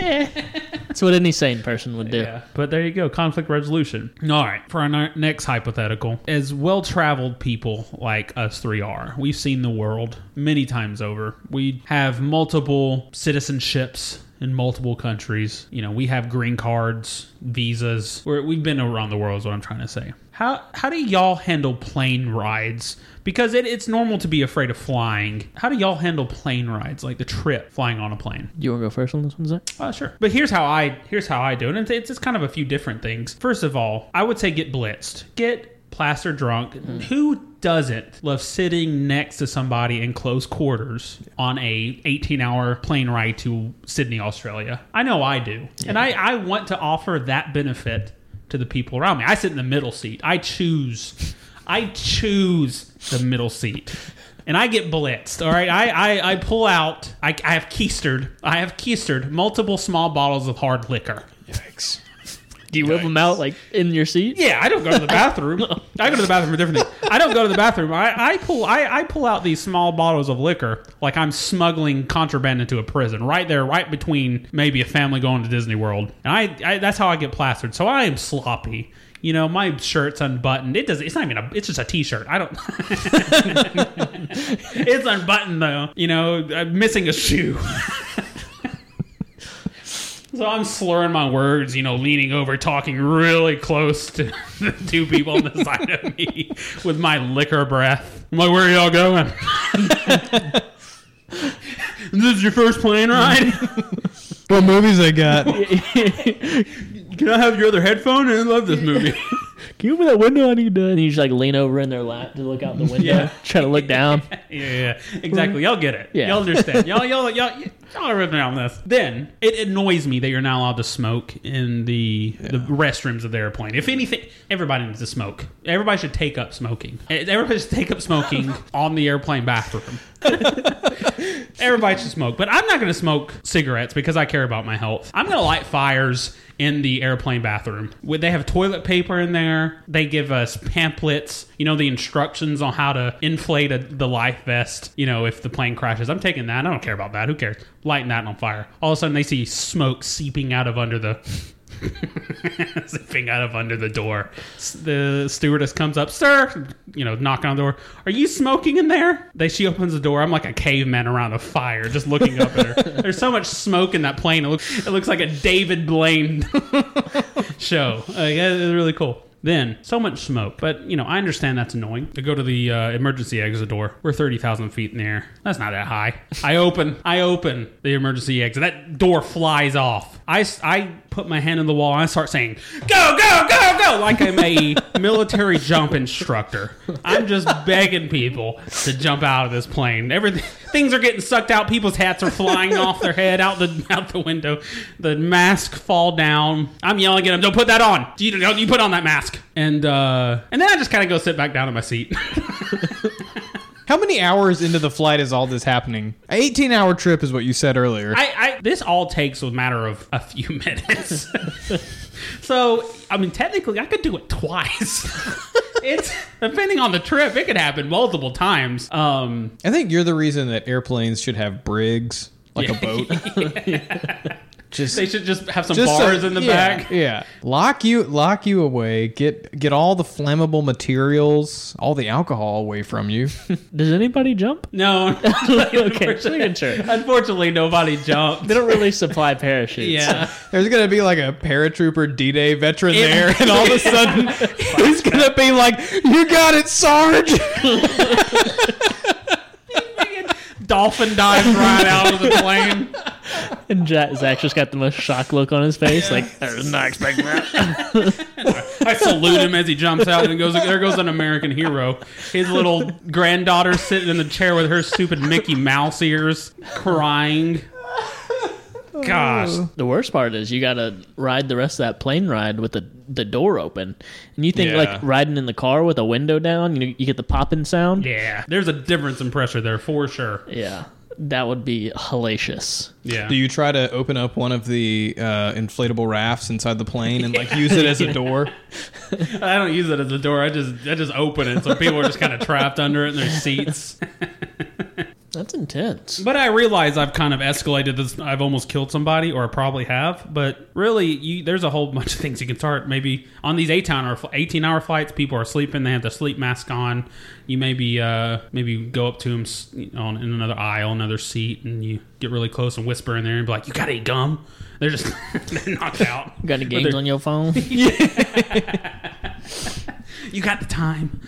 Speaker 8: That's what any sane person would do.
Speaker 6: Yeah. But there you go, conflict resolution. All right, for our ni- next hypothetical, as well traveled people like us three are, we've seen the world many times over. We have multiple citizenships in multiple countries. You know, we have green cards, visas. We're, we've been around the world, is what I'm trying to say. How, how do y'all handle plane rides? Because it, it's normal to be afraid of flying. How do y'all handle plane rides, like the trip flying on a plane?
Speaker 8: You want to go first on this one, Zach?
Speaker 6: Uh, sure. But here's how I here's how I do it. And it's, it's just kind of a few different things. First of all, I would say get blitzed. Get plaster drunk. Who doesn't love sitting next to somebody in close quarters on a 18 hour plane ride to Sydney, Australia? I know I do. And I, I want to offer that benefit to the people around me. I sit in the middle seat. I choose I choose the middle seat. And I get blitzed. All right. I, I, I pull out, I, I have keistered, I have keistered multiple small bottles of hard liquor.
Speaker 8: Do you whip them out like in your seat?
Speaker 6: Yeah, I don't go to the bathroom. I go to the bathroom for different things. I don't go to the bathroom. I, I pull I, I pull out these small bottles of liquor like I'm smuggling contraband into a prison. Right there, right between maybe a family going to Disney World. And I, I that's how I get plastered. So I am sloppy. You know, my shirt's unbuttoned. It does. It's not even a. It's just a t-shirt. I don't. it's unbuttoned though. You know, I'm missing a shoe. So I'm slurring my words, you know, leaning over, talking really close to the two people on the side of me with my liquor breath. I'm like, where are y'all going? this is your first plane ride?
Speaker 7: What movies they got?
Speaker 6: Can I have your other headphone? I love this movie.
Speaker 8: Can you open that window? I need to. And you just like lean over in their lap to look out the window,
Speaker 6: Yeah.
Speaker 8: try to look down.
Speaker 6: yeah, yeah, exactly. Y'all get it.
Speaker 8: Yeah.
Speaker 6: Y'all understand. y'all, y'all, y'all, y'all are ripping on this. Then it annoys me that you're not allowed to smoke in the the restrooms of the airplane. If anything, everybody needs to smoke. Everybody should take up smoking. Everybody should take up smoking on the airplane bathroom. Everybody should smoke, but I'm not going to smoke cigarettes because I care about my health. I'm going to light fires in the airplane bathroom. Would they have toilet paper in there? They give us pamphlets, you know, the instructions on how to inflate a, the life vest. You know, if the plane crashes, I'm taking that. I don't care about that. Who cares? Lighting that on fire. All of a sudden, they see smoke seeping out of under the. Zipping out of under the door. S- The stewardess comes up, sir, you know, knocking on the door. Are you smoking in there? They she opens the door. I'm like a caveman around a fire, just looking up at her. There's so much smoke in that plane. It looks it looks like a David Blaine show. Like, it- it's really cool. Th- Then, so much smoke. But, you know, I understand that's annoying. I go to the uh, emergency exit door. We're 30,000 feet in the air. That's not that high. I open, I open the emergency exit. That door flies off. I, s- I put my hand in the wall and I start saying, go, go, go, go, like I'm a military jump instructor. I'm just begging people to jump out of this plane. Everything, things are getting sucked out. People's hats are flying off their head, out the out the window. The mask fall down. I'm yelling at them, don't put that on. You, don't you put on that mask. And, uh, and then I just kind of go sit back down in my seat.
Speaker 7: How many hours into the flight is all this happening? An 18 hour trip is what you said earlier.
Speaker 6: I, I this all takes a matter of a few minutes. so I mean, technically, I could do it twice. it's depending on the trip; it could happen multiple times. Um,
Speaker 7: I think you're the reason that airplanes should have brigs, like a boat. just
Speaker 6: they should just have some
Speaker 7: just so-
Speaker 6: bars in the
Speaker 7: yeah,
Speaker 6: back.
Speaker 7: Yeah, lock you lock you away. Get get all the flammable materials, all the alcohol away from you.
Speaker 8: Does anybody jump?
Speaker 6: No,
Speaker 8: Okay, just making sure. They
Speaker 6: unfortunately, nobody jumped.
Speaker 8: don't really supply parachutes.
Speaker 6: Yeah,
Speaker 7: There's gonna be like a paratrooper D-Day veteran there, and all of a sudden he's gonna be like, "You got it, Sarge."
Speaker 6: dolphin dives right out of the plane.
Speaker 8: And Ja- Zach just got the most shocked look on his face. Like, I was not expecting that.
Speaker 6: I salute him as he jumps out and goes, There goes an American hero. His little granddaughter sitting in the chair with her stupid Mickey Mouse ears crying. Gosh.
Speaker 8: the worst part is you got to ride the rest of that plane ride with the, the door open. And you think,
Speaker 7: Yeah.
Speaker 8: like, riding in the car with a window down, you, you get the popping sound?
Speaker 6: Yeah. There's a difference in pressure there for sure.
Speaker 8: Yeah. That would be hellacious.
Speaker 6: Yeah.
Speaker 7: Do you try to open up one of the uh, inflatable rafts inside the plane and like use it as a door?
Speaker 6: I don't use it as a door. I just I just open it so people are just kind of trapped under it in their seats.
Speaker 8: That's intense.
Speaker 6: But I realize I've kind of escalated this. I've almost killed somebody, or I probably have. But really, you, there's a whole bunch of things you can start. Maybe on these eight hour, eighteen hour flights, people are sleeping. They have their sleep mask on. You maybe uh, maybe go up to them s- you know, in another aisle, another seat, and you get really close and whisper in there and be like, "You got any gum?" They're just they're knocked out.
Speaker 8: You got any
Speaker 6: But
Speaker 8: games
Speaker 6: they're-
Speaker 8: on your phone?
Speaker 6: You got the time.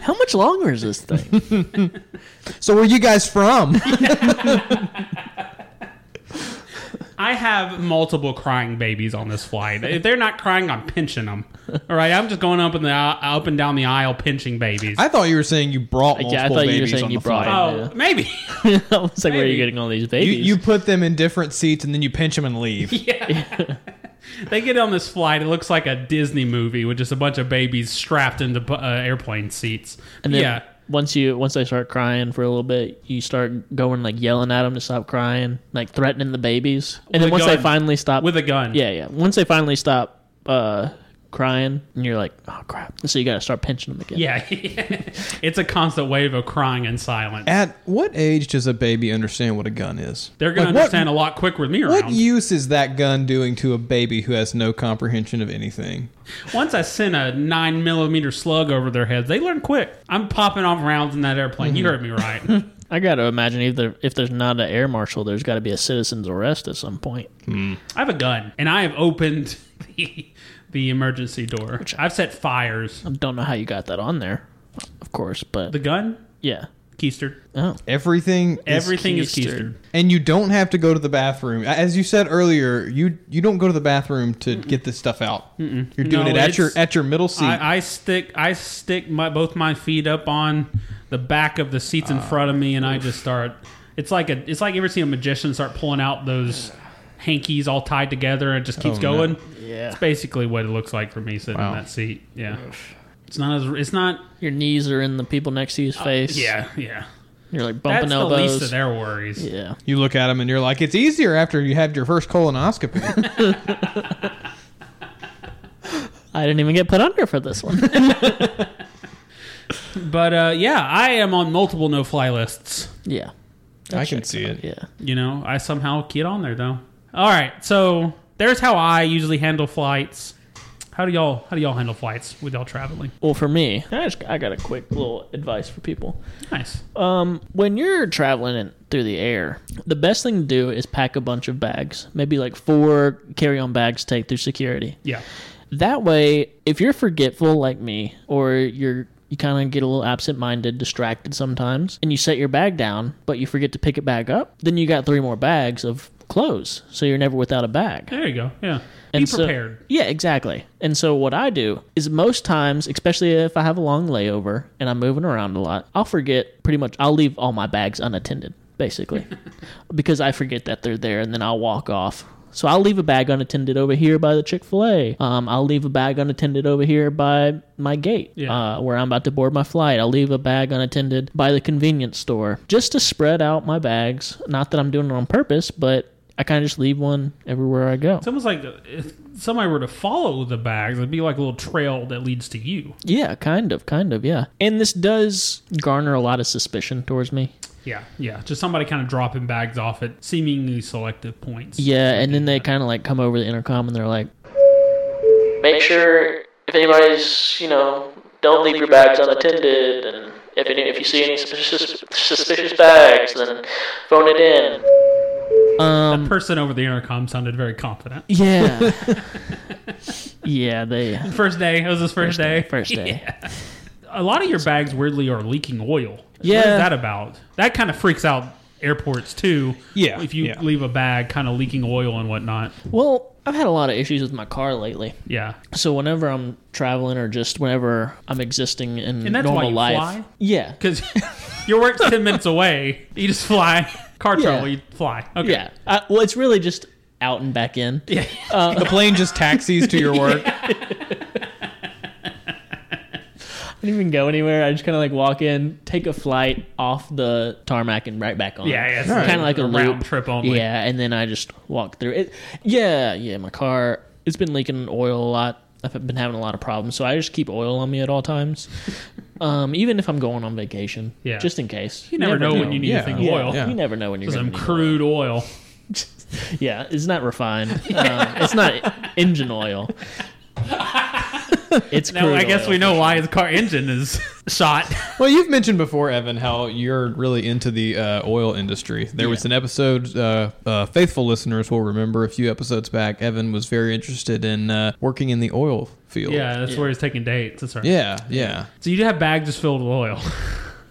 Speaker 8: How much longer is this thing?
Speaker 7: So where you guys from?
Speaker 6: I have multiple crying babies on this flight. If they're not crying, I'm pinching them. All right, I'm just going up in the aisle- up and down the aisle pinching babies.
Speaker 7: I thought you were saying you brought multiple
Speaker 8: Yeah, I thought you were
Speaker 7: babies
Speaker 8: saying
Speaker 7: on
Speaker 8: you
Speaker 7: the
Speaker 8: brought.
Speaker 7: flight.
Speaker 6: Oh,
Speaker 8: Yeah.
Speaker 6: maybe.
Speaker 8: I was like, where are
Speaker 6: Maybe.
Speaker 8: you getting all these
Speaker 7: You,
Speaker 8: babies?
Speaker 7: you put them in different seats and then you pinch them and leave.
Speaker 6: They get on this flight. It looks like a Disney movie with just a bunch of babies strapped into bu- uh, airplane seats.
Speaker 8: And then
Speaker 6: yeah.
Speaker 8: once you once they start crying for a little bit, you start going like yelling at them to stop crying, like threatening the babies.
Speaker 6: With
Speaker 8: And then
Speaker 6: a
Speaker 8: once they
Speaker 6: gun.
Speaker 8: finally stop
Speaker 6: With a gun.
Speaker 8: yeah yeah once they finally stop uh, crying, and you're like oh crap, so you got to start pinching them again.
Speaker 6: Yeah. it's a constant wave of crying and silence.
Speaker 7: At what age does a baby understand what a gun is?
Speaker 6: They're going
Speaker 7: Like,
Speaker 6: to
Speaker 7: what-
Speaker 6: understand a lot quicker with me around.
Speaker 7: What use is that gun doing to a baby who has no comprehension of anything?
Speaker 6: Once I sent a nine millimeter slug over their heads, they learn quick. I'm popping off rounds in that airplane. You heard me right.
Speaker 8: I got to imagine either if there's not an air marshal, there's got to be a citizen's arrest at some point.
Speaker 6: I have a gun, and I have opened the the emergency door. I've set fires.
Speaker 8: I don't know how you got that on there, of course, but
Speaker 6: The gun
Speaker 8: yeah.
Speaker 6: keistered.
Speaker 8: Oh,
Speaker 7: Everything. is-
Speaker 6: Everything is
Speaker 8: keistered.
Speaker 6: keistered.
Speaker 7: and you don't have to go to the bathroom. As you said earlier, you you don't go to the bathroom to get this stuff out. You're doing
Speaker 6: No,
Speaker 7: it at your
Speaker 6: it's-
Speaker 7: at your middle seat.
Speaker 6: I, I stick I stick my both my feet up on the back of the seats
Speaker 7: Ah.
Speaker 6: in front of me, and I just start. It's like a it's like you ever seen a magician start pulling out those hankies all tied together and it just keeps
Speaker 7: Oh, no.
Speaker 6: going.
Speaker 8: Yeah.
Speaker 6: it's basically what it looks like for me sitting
Speaker 7: Wow.
Speaker 6: in that seat. Yeah, it's not as it's not.
Speaker 8: your knees are in the people next to you's face.
Speaker 6: Uh, Yeah, yeah.
Speaker 8: you're
Speaker 6: That's
Speaker 8: like bumping
Speaker 6: the
Speaker 8: elbows.
Speaker 6: least of their worries.
Speaker 8: yeah,
Speaker 7: you look at them and you're like, it's easier after you had your first colonoscopy.
Speaker 8: I didn't even get put under for this one.
Speaker 6: But uh, yeah, I am on multiple no fly lists.
Speaker 8: yeah,
Speaker 7: I can see it.
Speaker 8: yeah.
Speaker 6: You know, I somehow get on there though. All right, so there's how I usually handle flights. How do y'all how do y'all handle flights with y'all traveling?
Speaker 8: Well, for me, I, just, I got a quick little advice for people.
Speaker 6: Nice.
Speaker 8: When you're traveling in, through the air, the best thing to do is pack a bunch of bags, maybe like four carry on bags, take through security.
Speaker 6: yeah.
Speaker 8: That way, if you're forgetful like me, or you're you kind of get a little absent-minded, distracted sometimes, and you set your bag down, but you forget to pick it back up, then you got three more bags of clothes, so you're never without a bag.
Speaker 6: There you go. Yeah. Be
Speaker 8: And so-
Speaker 6: prepared.
Speaker 8: yeah, exactly. And so what I do is most times, especially if I have a long layover and I'm moving around a lot, I'll forget pretty much. I'll leave all my bags unattended, basically, because I forget that they're there, and then I'll walk off. So I'll leave a bag unattended over here by the Chick Fil A. Um, I'll leave a bag unattended over here by my gate,
Speaker 6: Yeah.
Speaker 8: uh, where I'm about to board my flight. I'll leave a bag unattended by the convenience store, just to spread out my bags. Not that I'm doing it on purpose, but I kind of just leave one everywhere I go.
Speaker 6: It's almost like if somebody were to follow the bags, it'd be like a little trail that leads to you.
Speaker 8: Yeah, kind of, kind of, yeah. And this does garner a lot of suspicion towards me.
Speaker 6: Yeah, yeah. Just somebody kind of dropping bags off at seemingly selective points.
Speaker 8: Yeah, and then they kind of like come over the intercom and they're like, "Make sure if anybody's, you know, don't leave your bags unattended, and if any, if you see any suspicious, suspicious bags, then phone it in." Um,
Speaker 6: The person over the intercom sounded very confident.
Speaker 8: yeah, yeah, they
Speaker 6: First day, it was his first, day.
Speaker 8: first day.
Speaker 6: A lot of your bags weirdly are leaking oil. What
Speaker 8: Yeah.
Speaker 6: is that about? That kind of freaks out airports too.
Speaker 7: Yeah,
Speaker 6: If you
Speaker 7: yeah.
Speaker 6: leave a bag kind of leaking oil and whatnot.
Speaker 8: Well, I've had a lot of issues with my car lately.
Speaker 6: Yeah.
Speaker 8: So whenever I'm traveling or just whenever I'm existing in
Speaker 6: And that's
Speaker 8: normal
Speaker 6: why you
Speaker 8: life,
Speaker 6: fly?
Speaker 8: yeah,
Speaker 6: Because your work's 10 minutes away. You just fly. Car
Speaker 8: Yeah.
Speaker 6: travel, you fly. Okay.
Speaker 8: yeah. I, well, it's really just out and back in. Yeah,
Speaker 7: the plane just taxis to your work.
Speaker 8: I didn't even go anywhere. I just kind of like walk in, take a flight off the tarmac, and right back on.
Speaker 6: Yeah, yeah, it's
Speaker 8: kind of like a,
Speaker 6: round
Speaker 8: loop.
Speaker 6: trip only.
Speaker 8: Yeah, and then I just walk through it. Yeah, yeah. My car, it's been leaking oil a lot. I've been having a lot of problems, so I just keep oil on me at all times, um, even if I'm going on vacation.
Speaker 6: Yeah.
Speaker 8: just in case.
Speaker 6: You never, know, when you need
Speaker 7: Yeah.
Speaker 6: a thing of
Speaker 7: Yeah.
Speaker 6: oil.
Speaker 7: Yeah.
Speaker 8: You never know when you're going
Speaker 6: Some
Speaker 8: to need oil.
Speaker 6: crude oil.
Speaker 8: Yeah, it's not refined. um, it's not engine oil. It's
Speaker 6: Now, I
Speaker 8: crude
Speaker 6: guess
Speaker 8: oil.
Speaker 6: we know why his car engine is shot.
Speaker 7: Well, you've mentioned before, Evan, how you're really into the uh, oil industry. There was an episode, uh, uh, faithful listeners will remember a few episodes back, Evan was very interested in uh, working in the oil field.
Speaker 6: yeah, that's where he's taking dates. That's right.
Speaker 7: Yeah, yeah.
Speaker 6: So you do have bags just filled with oil.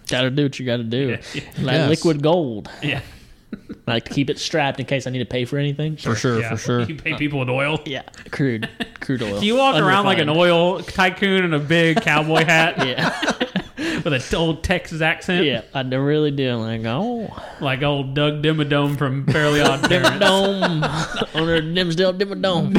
Speaker 8: Gotta do what you gotta do.
Speaker 6: Yeah.
Speaker 8: Like
Speaker 7: Yes.
Speaker 8: liquid gold.
Speaker 6: yeah.
Speaker 8: I like to keep it strapped in case I need to pay for anything.
Speaker 7: For sure,
Speaker 6: Yeah.
Speaker 7: for sure.
Speaker 6: You pay people with oil.
Speaker 8: Yeah, crude, crude oil.
Speaker 6: Do you walk around like an
Speaker 8: Unrefined.
Speaker 6: oil tycoon in a big cowboy hat
Speaker 8: Yeah,
Speaker 6: with an old Texas accent?
Speaker 8: yeah. I d- really do. I'm like, oh,
Speaker 6: Like old Doug Dimmadome from Fairly Odd Parents.
Speaker 8: dome, owner of Dimsdale Dimmer Dome.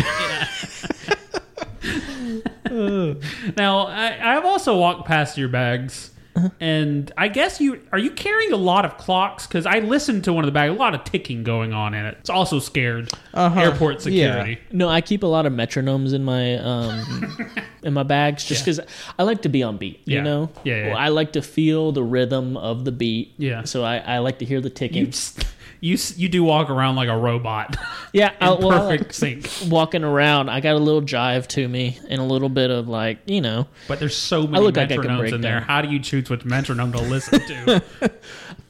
Speaker 6: Now, I, I've also walked past your bags,
Speaker 8: Uh-huh.
Speaker 6: and I guess you are you carrying a lot of clocks? Because I listened to one of the bags, a lot of ticking going on in it. It's also scared
Speaker 8: Uh-huh.
Speaker 6: airport security.
Speaker 8: No, I keep a lot of metronomes in my um in my bags just because I like to be on beat. You
Speaker 6: Yeah.
Speaker 8: know,
Speaker 6: Yeah, yeah, yeah.
Speaker 8: I like to feel the rhythm of the beat.
Speaker 6: Yeah.
Speaker 8: So I, I like to hear the
Speaker 6: You
Speaker 8: ticking.
Speaker 6: s You, s- you do walk around like a robot.
Speaker 8: yeah. I, Oh, well, I like
Speaker 6: Perfect sync.
Speaker 8: walking around. I got a little jive to me and a little bit of like you know.
Speaker 6: But there's so many
Speaker 8: look like I could
Speaker 6: metronomes
Speaker 8: break
Speaker 6: in there.
Speaker 8: down.
Speaker 6: How do you choose which metronome to listen to?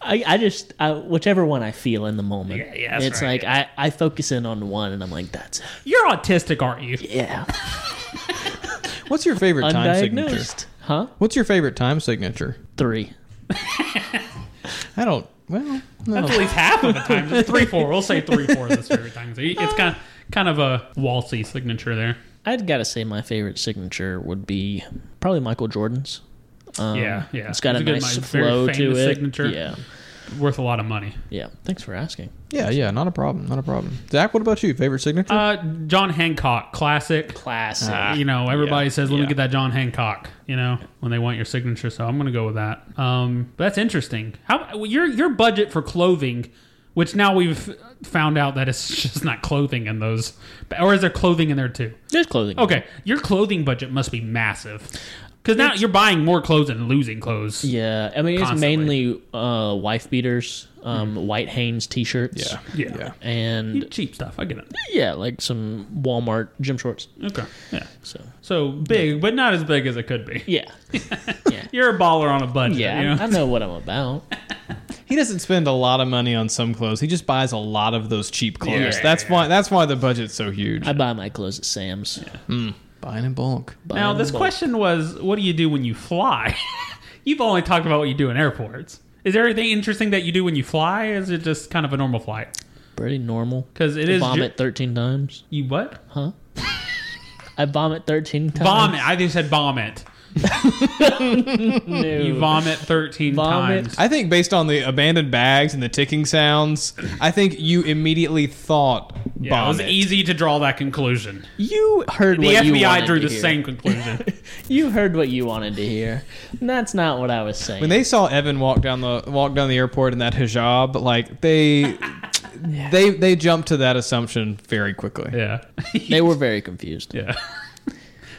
Speaker 8: I, I just I, whichever one I feel in the moment.
Speaker 6: Yeah, yeah, that's
Speaker 8: it's
Speaker 6: right.
Speaker 8: like I, I focus in on one and I'm like that's it.
Speaker 6: You're autistic, aren't you?
Speaker 8: yeah
Speaker 7: What's your favorite time signature?
Speaker 8: undiagnosed, huh?
Speaker 7: What's your favorite time signature?
Speaker 8: Three.
Speaker 7: I don't, well, no.
Speaker 6: That's at least half of the time. It's three four. We'll say three four this favorite time. So It's kind of, kind of a waltzy signature there.
Speaker 8: I'd gotta say my favorite signature would be probably Michael Jordan's. Um,
Speaker 6: Yeah, yeah.
Speaker 8: It's got
Speaker 6: It's
Speaker 8: a
Speaker 6: a good-
Speaker 8: nice
Speaker 6: my very
Speaker 8: flow to
Speaker 6: famous
Speaker 8: it.
Speaker 6: signature.
Speaker 8: Yeah,
Speaker 6: Worth a lot of money.
Speaker 8: yeah. Thanks for asking.
Speaker 7: Yeah, yeah, not a problem, not a problem. Zach, what about you? Favorite signature?
Speaker 6: Uh, John Hancock, classic.
Speaker 8: Classic.
Speaker 6: you know, everybody
Speaker 7: yeah,
Speaker 6: says, "Let me
Speaker 7: yeah.
Speaker 6: get that John Hancock." You know, when they want your signature, so I'm going to go with that. Um, but that's interesting. How your your budget for clothing, which now we've found out that it's just not clothing in those, or is there clothing in there too?
Speaker 8: There's clothing.
Speaker 6: Okay, your clothing budget must be massive because now you're buying more clothes and losing clothes.
Speaker 8: Yeah, I mean it's
Speaker 6: Constantly. Hmm.
Speaker 8: mainly uh, wife beaters, um, white Hanes t-shirts,
Speaker 7: yeah,
Speaker 6: yeah. Hmm.
Speaker 8: and
Speaker 6: cheap stuff. I get it.
Speaker 8: yeah, like some Walmart gym shorts.
Speaker 6: Okay, yeah.
Speaker 8: So
Speaker 6: So big, but not as big as it could be.
Speaker 8: yeah,
Speaker 6: You're a baller on a budget.
Speaker 8: yeah.
Speaker 6: you know?
Speaker 8: I, I know what I'm about.
Speaker 7: He doesn't spend a lot of money on some clothes. He just buys a lot of those cheap clothes.
Speaker 6: Yeah.
Speaker 7: that's why. That's why the budget's so huge.
Speaker 8: I buy my clothes at Sam's.
Speaker 7: Buying in bulk.
Speaker 6: Now, this question was what do you do when you fly? You've only talked about what you do in airports. Is there anything interesting that you do when you fly? Is it just kind of a normal flight?
Speaker 8: Pretty normal.
Speaker 6: 'Cause it is ju-
Speaker 8: vomit thirteen times.
Speaker 6: You what?
Speaker 8: I vomit thirteen times.
Speaker 6: Vomit. I just said vomit.
Speaker 8: No.
Speaker 6: You vomit 13
Speaker 8: Vomit.
Speaker 6: times.
Speaker 7: I think based on the abandoned bags and the ticking sounds, I think you immediately thought
Speaker 6: Yeah, it was
Speaker 7: vomit.
Speaker 6: easy to draw that conclusion.
Speaker 8: you heard
Speaker 6: The
Speaker 8: what you
Speaker 6: FBI
Speaker 8: wanted
Speaker 6: drew
Speaker 8: to
Speaker 6: the
Speaker 8: hear.
Speaker 6: same conclusion.
Speaker 8: You heard what you wanted to hear. And that's not what I was saying.
Speaker 7: When they saw Evan walk down the walk down the airport in that hijab, like they they they jumped to that assumption very quickly.
Speaker 6: yeah.
Speaker 8: They were very confused.
Speaker 6: yeah.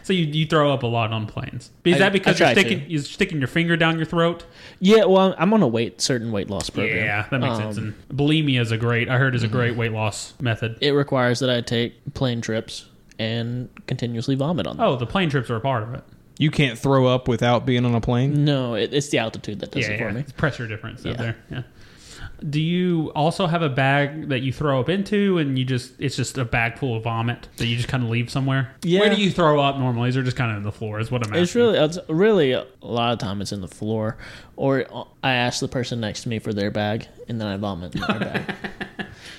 Speaker 6: So you, you throw up a lot on planes. Is that because
Speaker 8: I
Speaker 6: you're
Speaker 8: try
Speaker 6: sticking,
Speaker 8: to.
Speaker 6: you're sticking your finger down your throat?
Speaker 8: Yeah, well, I'm on a weight certain weight loss program.
Speaker 6: Yeah, that makes sense.
Speaker 8: Um,
Speaker 6: And bulimia is a great, I heard,
Speaker 8: mm-hmm.
Speaker 6: is a great weight loss method.
Speaker 8: It requires that I take plane trips and continuously vomit on them.
Speaker 6: Oh, the plane trips are a part of it.
Speaker 7: You can't throw up without being on a plane.
Speaker 8: No, it, it's the altitude that does
Speaker 6: yeah,
Speaker 8: it
Speaker 6: yeah.
Speaker 8: for me.
Speaker 6: It's pressure difference up
Speaker 8: Yeah.
Speaker 6: there. Yeah. Do you also have a bag that you throw up into, and you just it's just a bag full of vomit that you just kind of leave somewhere?
Speaker 8: Yeah.
Speaker 6: Where do you throw up normally? Is there just kind of on the floor? Is what I'm asking.
Speaker 8: It's really, it's really a lot of time it's in the floor, or I ask the person next to me for their bag, and then I vomit in their bag.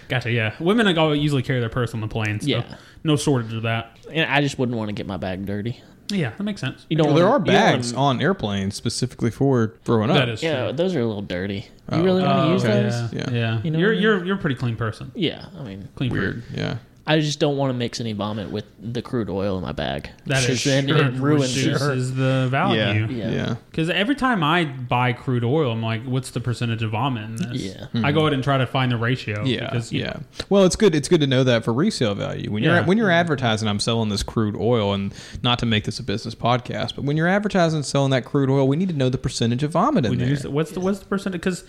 Speaker 6: gotcha. Yeah, women like, all usually carry their purse on the plane. So
Speaker 8: Yeah.
Speaker 6: no shortage of that.
Speaker 8: And I just wouldn't want to get my bag dirty.
Speaker 6: Yeah, that makes sense.
Speaker 8: You don't.
Speaker 7: Well, there are
Speaker 8: wanna- you don't
Speaker 7: bags
Speaker 8: wanna-
Speaker 7: on airplanes specifically for throwing up.
Speaker 6: That is
Speaker 8: Oh, Yeah,
Speaker 6: true.
Speaker 8: those are a little dirty. You really want to use
Speaker 7: Oh, okay.
Speaker 8: those?
Speaker 6: Yeah,
Speaker 7: Yeah.
Speaker 6: yeah.
Speaker 8: You know
Speaker 6: you're
Speaker 8: what I mean?
Speaker 6: you're you're a pretty clean person.
Speaker 8: Yeah, I mean,
Speaker 6: Clean
Speaker 7: weird.
Speaker 6: person.
Speaker 7: Yeah.
Speaker 8: I just don't want to mix any vomit with the crude oil in my bag.
Speaker 6: That is
Speaker 8: Because then
Speaker 6: sure
Speaker 8: it ruins it.
Speaker 6: reduces the value.
Speaker 7: Yeah.
Speaker 8: Yeah.
Speaker 7: Yeah.
Speaker 6: Because every time I buy crude oil, I'm like, what's the percentage of vomit in this?
Speaker 8: Yeah.
Speaker 6: I go ahead and try to find the ratio.
Speaker 7: Hmm. Yeah,
Speaker 6: Because, you
Speaker 7: yeah. Well, it's good. It's good to know that for resale value. When you're
Speaker 6: Yeah.
Speaker 7: when you're advertising, I'm selling this crude oil, and not to make this a business podcast, but when you're advertising and selling that crude oil, we need to know the percentage of vomit in
Speaker 6: Would you
Speaker 7: there.
Speaker 6: just- what's the what's the percentage? Because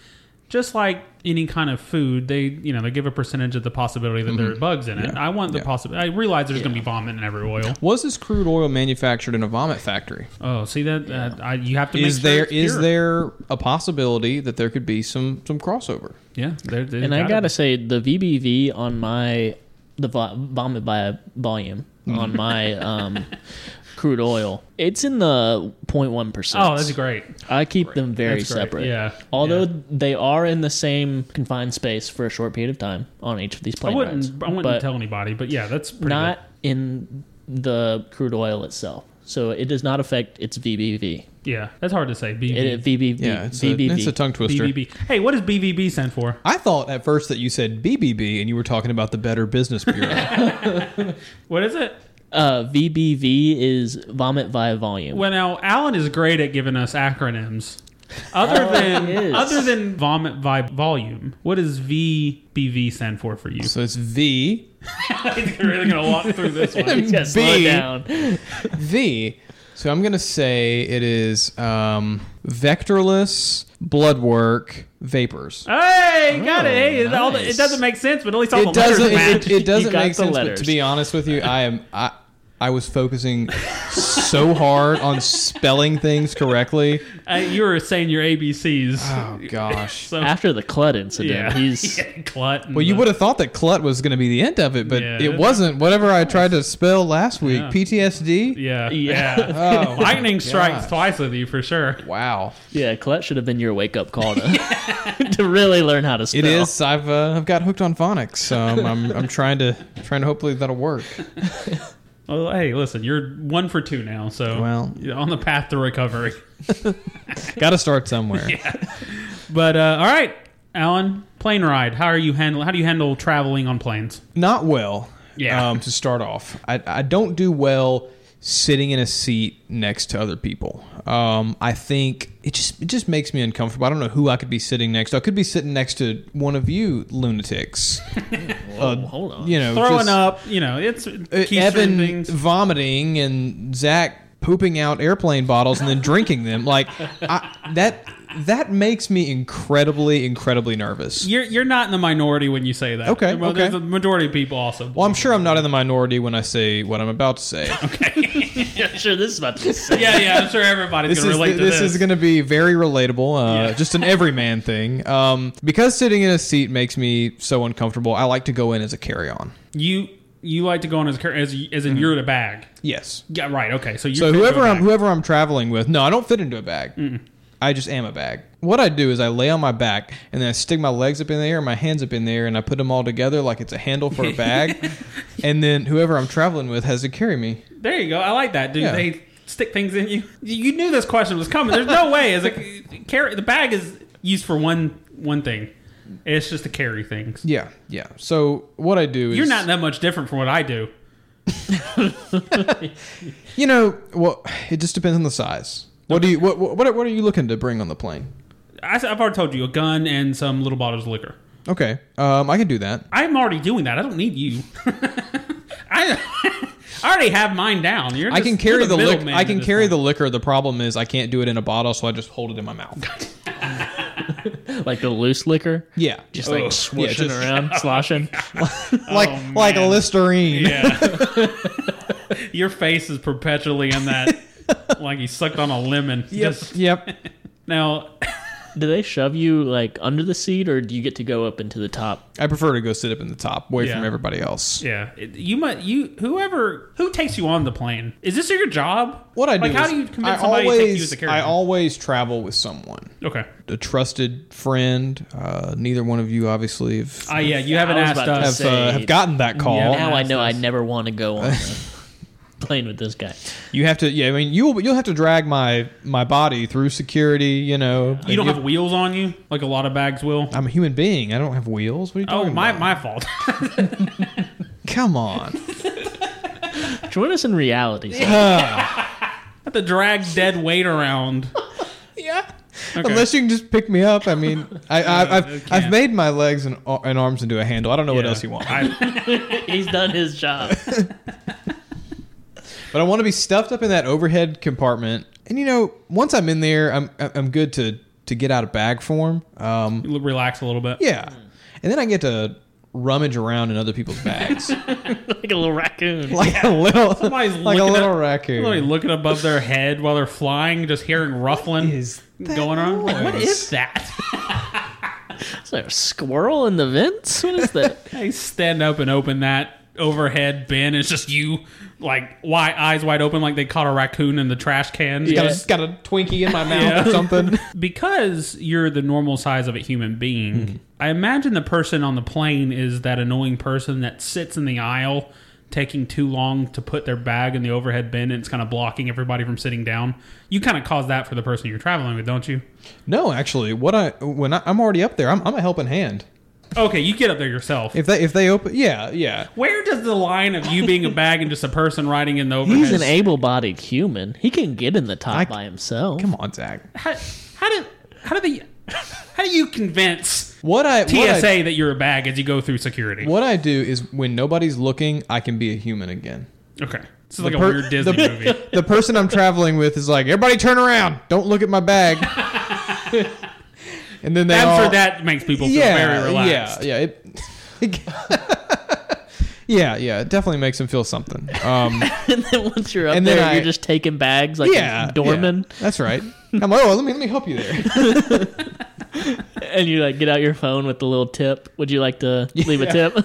Speaker 6: just like any kind of food, they you know they give a percentage of the possibility that there are bugs in it. I want the
Speaker 7: Mm-hmm. Yeah.
Speaker 6: possibility. I realize there's going to be vomit in every oil.
Speaker 7: Was this crude oil manufactured in a vomit factory?
Speaker 6: Oh, see that uh, I, you have to.
Speaker 7: Is
Speaker 6: make sure
Speaker 7: there
Speaker 6: it's
Speaker 7: is
Speaker 6: pure.
Speaker 7: there a possibility that there could be some some crossover?
Speaker 6: Yeah, there, there's
Speaker 8: And I
Speaker 6: gotta
Speaker 8: gotta
Speaker 6: be.
Speaker 8: say, the VBV on my the vo- vomit by volume
Speaker 6: Mm-hmm.
Speaker 8: on my um, crude oil, it's in the 0.1 percent.
Speaker 6: Oh, that's great.
Speaker 8: I keep them very
Speaker 6: That's great.
Speaker 8: separate.
Speaker 6: Yeah.
Speaker 8: Although
Speaker 6: Yeah.
Speaker 8: they are in the same confined space for a short period of time on each of these
Speaker 6: I
Speaker 8: plane
Speaker 6: wouldn't.
Speaker 8: rides,
Speaker 6: I wouldn't
Speaker 8: but
Speaker 6: tell anybody, but yeah, that's pretty
Speaker 8: not in the crude oil itself. So it does not affect its VBV.
Speaker 6: good. Yeah, that's hard to say. BB,
Speaker 8: It, VBV.
Speaker 7: Yeah, it's, a,
Speaker 8: VBV.
Speaker 7: it's a tongue twister.
Speaker 6: BBB. Hey, what does BBB stand for?
Speaker 7: I thought at first that you said BBB and you were talking about the Better Business Bureau.
Speaker 6: What is it?
Speaker 8: Uh, VBV is vomit via volume.
Speaker 6: Well, now Alan is great at giving us acronyms. Other than
Speaker 8: is.
Speaker 6: other than vomit by volume, what does VBV stand for for you?
Speaker 7: so it's V
Speaker 6: You're really gonna walk through this one.
Speaker 8: yeah, slow it
Speaker 7: B.
Speaker 8: down.
Speaker 7: V. So I'm gonna say it is um, vectorless blood work vapors.
Speaker 6: Hey, got it. Hey, it all- it
Speaker 8: nice.
Speaker 6: doesn't make sense, but at least all
Speaker 7: Oh, It
Speaker 6: the letters
Speaker 7: doesn't.
Speaker 6: match.
Speaker 7: It, it- it doesn't
Speaker 8: You got
Speaker 7: make
Speaker 8: the
Speaker 7: sense. But
Speaker 8: letters.
Speaker 7: to be honest with you, I am. I, I was focusing so hard on spelling things correctly.
Speaker 6: Uh, you were saying your ABCs.
Speaker 7: Oh gosh.
Speaker 6: so
Speaker 8: After the Clut incident,
Speaker 6: yeah,
Speaker 8: he's
Speaker 6: Yeah, glut. and
Speaker 7: Well, you
Speaker 6: the-
Speaker 7: would have thought that clut was going to be the end of it, but
Speaker 6: Yeah.
Speaker 7: it wasn't. Whatever I tried to spell last week,
Speaker 6: Yeah.
Speaker 7: PTSD.
Speaker 6: Yeah, yeah.
Speaker 7: Oh,
Speaker 6: Lightning strikes
Speaker 7: gosh.
Speaker 6: twice with you for sure.
Speaker 7: Wow.
Speaker 8: yeah. Clut should have been your wake up call to, to really learn how to spell.
Speaker 7: It is. I've uh, I've got hooked on phonics. Um, I'm I'm trying to trying to hopefully that'll work.
Speaker 6: Well, hey, listen, you're one for two now, so
Speaker 7: Well.
Speaker 6: you're on the path to recovery.
Speaker 7: got to start somewhere.
Speaker 6: But uh, all right, Alan, plane ride. How are you handle? How do you handle traveling on planes?
Speaker 7: Not well.
Speaker 6: Yeah.
Speaker 7: Um, to start off, I, I don't do well sitting in a seat next to other people. Um, I think it just it just makes me uncomfortable. I don't know who I could be sitting next. to. I could be sitting next to one of you lunatics. Uh,
Speaker 8: hold on.
Speaker 7: You know,
Speaker 6: Throwing
Speaker 7: just-
Speaker 6: up, you know, it's
Speaker 7: Uh,
Speaker 6: keystream
Speaker 7: Evan
Speaker 6: things.
Speaker 7: vomiting and Zach pooping out airplane bottles and then drinking them. Like I, that that makes me incredibly incredibly nervous.
Speaker 6: You're you're not in the minority when you say that.
Speaker 7: Okay,
Speaker 6: Well,
Speaker 7: okay.
Speaker 6: There's a majority of people also.
Speaker 7: Well, I'm sure I'm not in the minority when I say what I'm about to say.
Speaker 8: Yeah, sure, this is about to be sick.
Speaker 6: yeah, yeah. I'm sure everybody's
Speaker 7: This
Speaker 6: gonna
Speaker 7: is
Speaker 6: relate to
Speaker 7: this is going to be very relatable, uh, just an everyman thing. Um, because sitting in a seat makes me so uncomfortable. I like to go in as a carry on.
Speaker 6: you You like to go on as a car- as, as in you're the bag.
Speaker 7: Yes.
Speaker 6: Yeah, right. Okay, so you
Speaker 7: Mm-hmm. so whoever I'm whoever I'm traveling with, no, I don't fit into a bag. I just am a bag. What I do is I lay on my back and then I stick my legs up in the air, my hands up in the air, and I put them all together like it's a handle for a bag. and then whoever I'm traveling with has to carry me.
Speaker 6: There you go. I like that. Do
Speaker 7: Yeah.
Speaker 6: they stick things in you? You knew this question was coming. There's no way. As a carry, the bag is used for one one thing. It's just to carry things.
Speaker 7: Yeah, yeah. So what I do is
Speaker 6: You're not that much different from what I do.
Speaker 7: You know, well, it just depends on the size. What do you what what what are you looking to bring on the plane?
Speaker 6: I, have already told you a gun and some little bottles of liquor.
Speaker 7: Okay, um, I can do that.
Speaker 6: I'm already doing that. I don't need you. I, I already have mine down. You're
Speaker 7: I
Speaker 6: just-
Speaker 7: can carry
Speaker 6: you're
Speaker 7: the, liquor.
Speaker 6: middleman
Speaker 7: I
Speaker 6: at
Speaker 7: can
Speaker 6: this
Speaker 7: carry
Speaker 6: point.
Speaker 7: the liquor. The problem is I can't do it in a bottle, so I just hold it in my mouth.
Speaker 8: Like the loose liquor,
Speaker 7: yeah,
Speaker 8: just like swishing
Speaker 7: just-
Speaker 8: around, sloshing.
Speaker 7: like like a
Speaker 6: Oh, man.
Speaker 7: Listerine.
Speaker 6: Yeah. Your face is perpetually in that, like you sucked on a lemon. Just-
Speaker 7: Yep.
Speaker 6: Now,
Speaker 8: Do they shove you like under the seat, or do you get to go up into the top?
Speaker 7: I prefer to go sit up in the top, away from
Speaker 6: Yeah.
Speaker 7: everybody else.
Speaker 6: yeah, it- you might you whoever who takes you on the plane is this your job?
Speaker 7: What I do
Speaker 6: like, how
Speaker 7: is
Speaker 6: do you convince
Speaker 7: I
Speaker 6: somebody
Speaker 7: always
Speaker 6: to take you as a carrier?
Speaker 7: I always travel with someone,
Speaker 6: okay.
Speaker 7: a trusted friend. Uh, neither one of you obviously have
Speaker 6: Ah, yeah, you haven't
Speaker 8: I was
Speaker 6: asked
Speaker 8: about to
Speaker 6: us.
Speaker 7: have, uh, have gotten that call.
Speaker 6: Yeah,
Speaker 8: Now I know I
Speaker 6: Yes, yes.
Speaker 8: never want to go on the plane with this guy.
Speaker 7: You have to, yeah. I mean, you'll you'll have to drag my my body through security. You know,
Speaker 6: you don't have wheels on you like a lot of bags will.
Speaker 7: I'm a human being. I don't have wheels. What are you
Speaker 6: Oh,
Speaker 7: talking
Speaker 6: my
Speaker 7: about?
Speaker 6: my fault.
Speaker 7: Come on.
Speaker 8: Join us in reality. sir.
Speaker 6: have to drag dead weight around.
Speaker 7: yeah. Unless you can just pick me up. I mean, I, I,
Speaker 6: you
Speaker 7: I've
Speaker 6: can't.
Speaker 7: I'i've made my legs and, ar- and arms into a handle. I don't know what
Speaker 6: Yeah.
Speaker 7: else you want,
Speaker 6: I,
Speaker 8: He's done his job.
Speaker 7: but I want to be stuffed up in that overhead compartment. And you know, once I'm in there, I'm I'm good to to get out of bag form. Um,
Speaker 6: relax a little bit.
Speaker 7: yeah, and then I get to rummage around in other people's bags
Speaker 8: like a little raccoon.
Speaker 7: like a little
Speaker 6: Somebody's
Speaker 7: like a
Speaker 6: looking
Speaker 7: little
Speaker 6: up-
Speaker 7: raccoon.
Speaker 6: Literally looking above their head while they're flying, just hearing ruffling
Speaker 7: is that
Speaker 6: going on. Like, what
Speaker 7: noise?
Speaker 6: is that?
Speaker 8: Is there a squirrel in the vents? What is that?
Speaker 6: They stand up and open that overhead bin. It's just you, like wide eyes wide open, like they caught a raccoon in the trash can.
Speaker 7: got,
Speaker 6: Just-
Speaker 7: a, got a Twinkie in my mouth or something.
Speaker 6: Because you're the normal size of a human being,
Speaker 7: Mm-hmm.
Speaker 6: I imagine the person on the plane is that annoying person that sits in the aisle taking too long to put their bag in the overhead bin and it's kind of blocking everybody from sitting down. You kind of cause that for the person you're traveling with, don't you?
Speaker 7: No, actually, what I when I, I'm already up there, I'm, I'm a helping hand.
Speaker 6: Okay, you get up there yourself.
Speaker 7: If they if they open, yeah, yeah.
Speaker 6: Where does the line of you being a bag and just a person riding in the overhead?
Speaker 8: He's an able-bodied human. He can get in the top
Speaker 7: I-
Speaker 8: by himself.
Speaker 7: Come on, Zach.
Speaker 6: how, how do how do they how do you convince
Speaker 7: What I
Speaker 6: TSA
Speaker 7: What I,
Speaker 6: that you're a bag as you go through security?
Speaker 7: what I do is when nobody's looking, I can be a human again.
Speaker 6: Okay, this is like
Speaker 7: per-
Speaker 6: a weird Disney
Speaker 7: the-
Speaker 6: movie.
Speaker 7: The person I'm traveling with is like, everybody turn around, don't look at my bag. and then they
Speaker 6: I'm
Speaker 7: all,
Speaker 6: sure that makes people feel
Speaker 7: yeah,
Speaker 6: very relaxed.
Speaker 7: Yeah, yeah. It, yeah, yeah. It definitely makes them feel something. Um,
Speaker 8: and then once you're up
Speaker 7: And then
Speaker 8: there,
Speaker 7: I-
Speaker 8: you're just taking bags like
Speaker 7: yeah,
Speaker 8: a doorman,
Speaker 7: yeah. that's right. I'm like, oh, let me let me help you there.
Speaker 8: and you like get out your phone with the little tip. Would you like to leave a tip?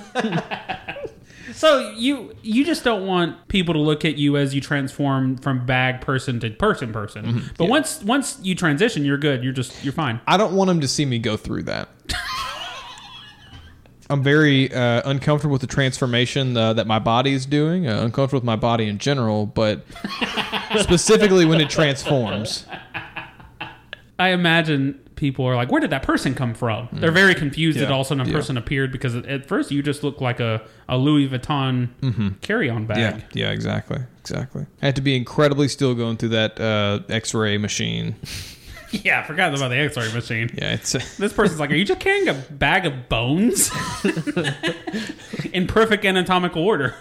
Speaker 6: So you you just don't want people to look at you as you transform from bag person to person person.
Speaker 7: Mm-hmm.
Speaker 6: But once once you transition, you're good. You're just you're fine.
Speaker 7: I don't want them to see me go through that. I'm very uh, uncomfortable with the transformation uh, that my body is doing. Uh, uncomfortable with my body in general, but specifically when it transforms.
Speaker 6: I imagine people are like, "Where did that person come from?" They're very confused that
Speaker 7: Mm. Yeah.
Speaker 6: all of a sudden a
Speaker 7: Yeah.
Speaker 6: person appeared because at- at first you just look like a, a Louis Vuitton carry-on bag.
Speaker 7: Mm-hmm. Yeah, yeah, exactly, exactly. I had to be incredibly still going through that uh, X-ray machine.
Speaker 6: Yeah, I forgot about the X-ray machine.
Speaker 7: Yeah, it's
Speaker 6: This person's like, "Are you just carrying a bag of bones in perfect anatomical order?"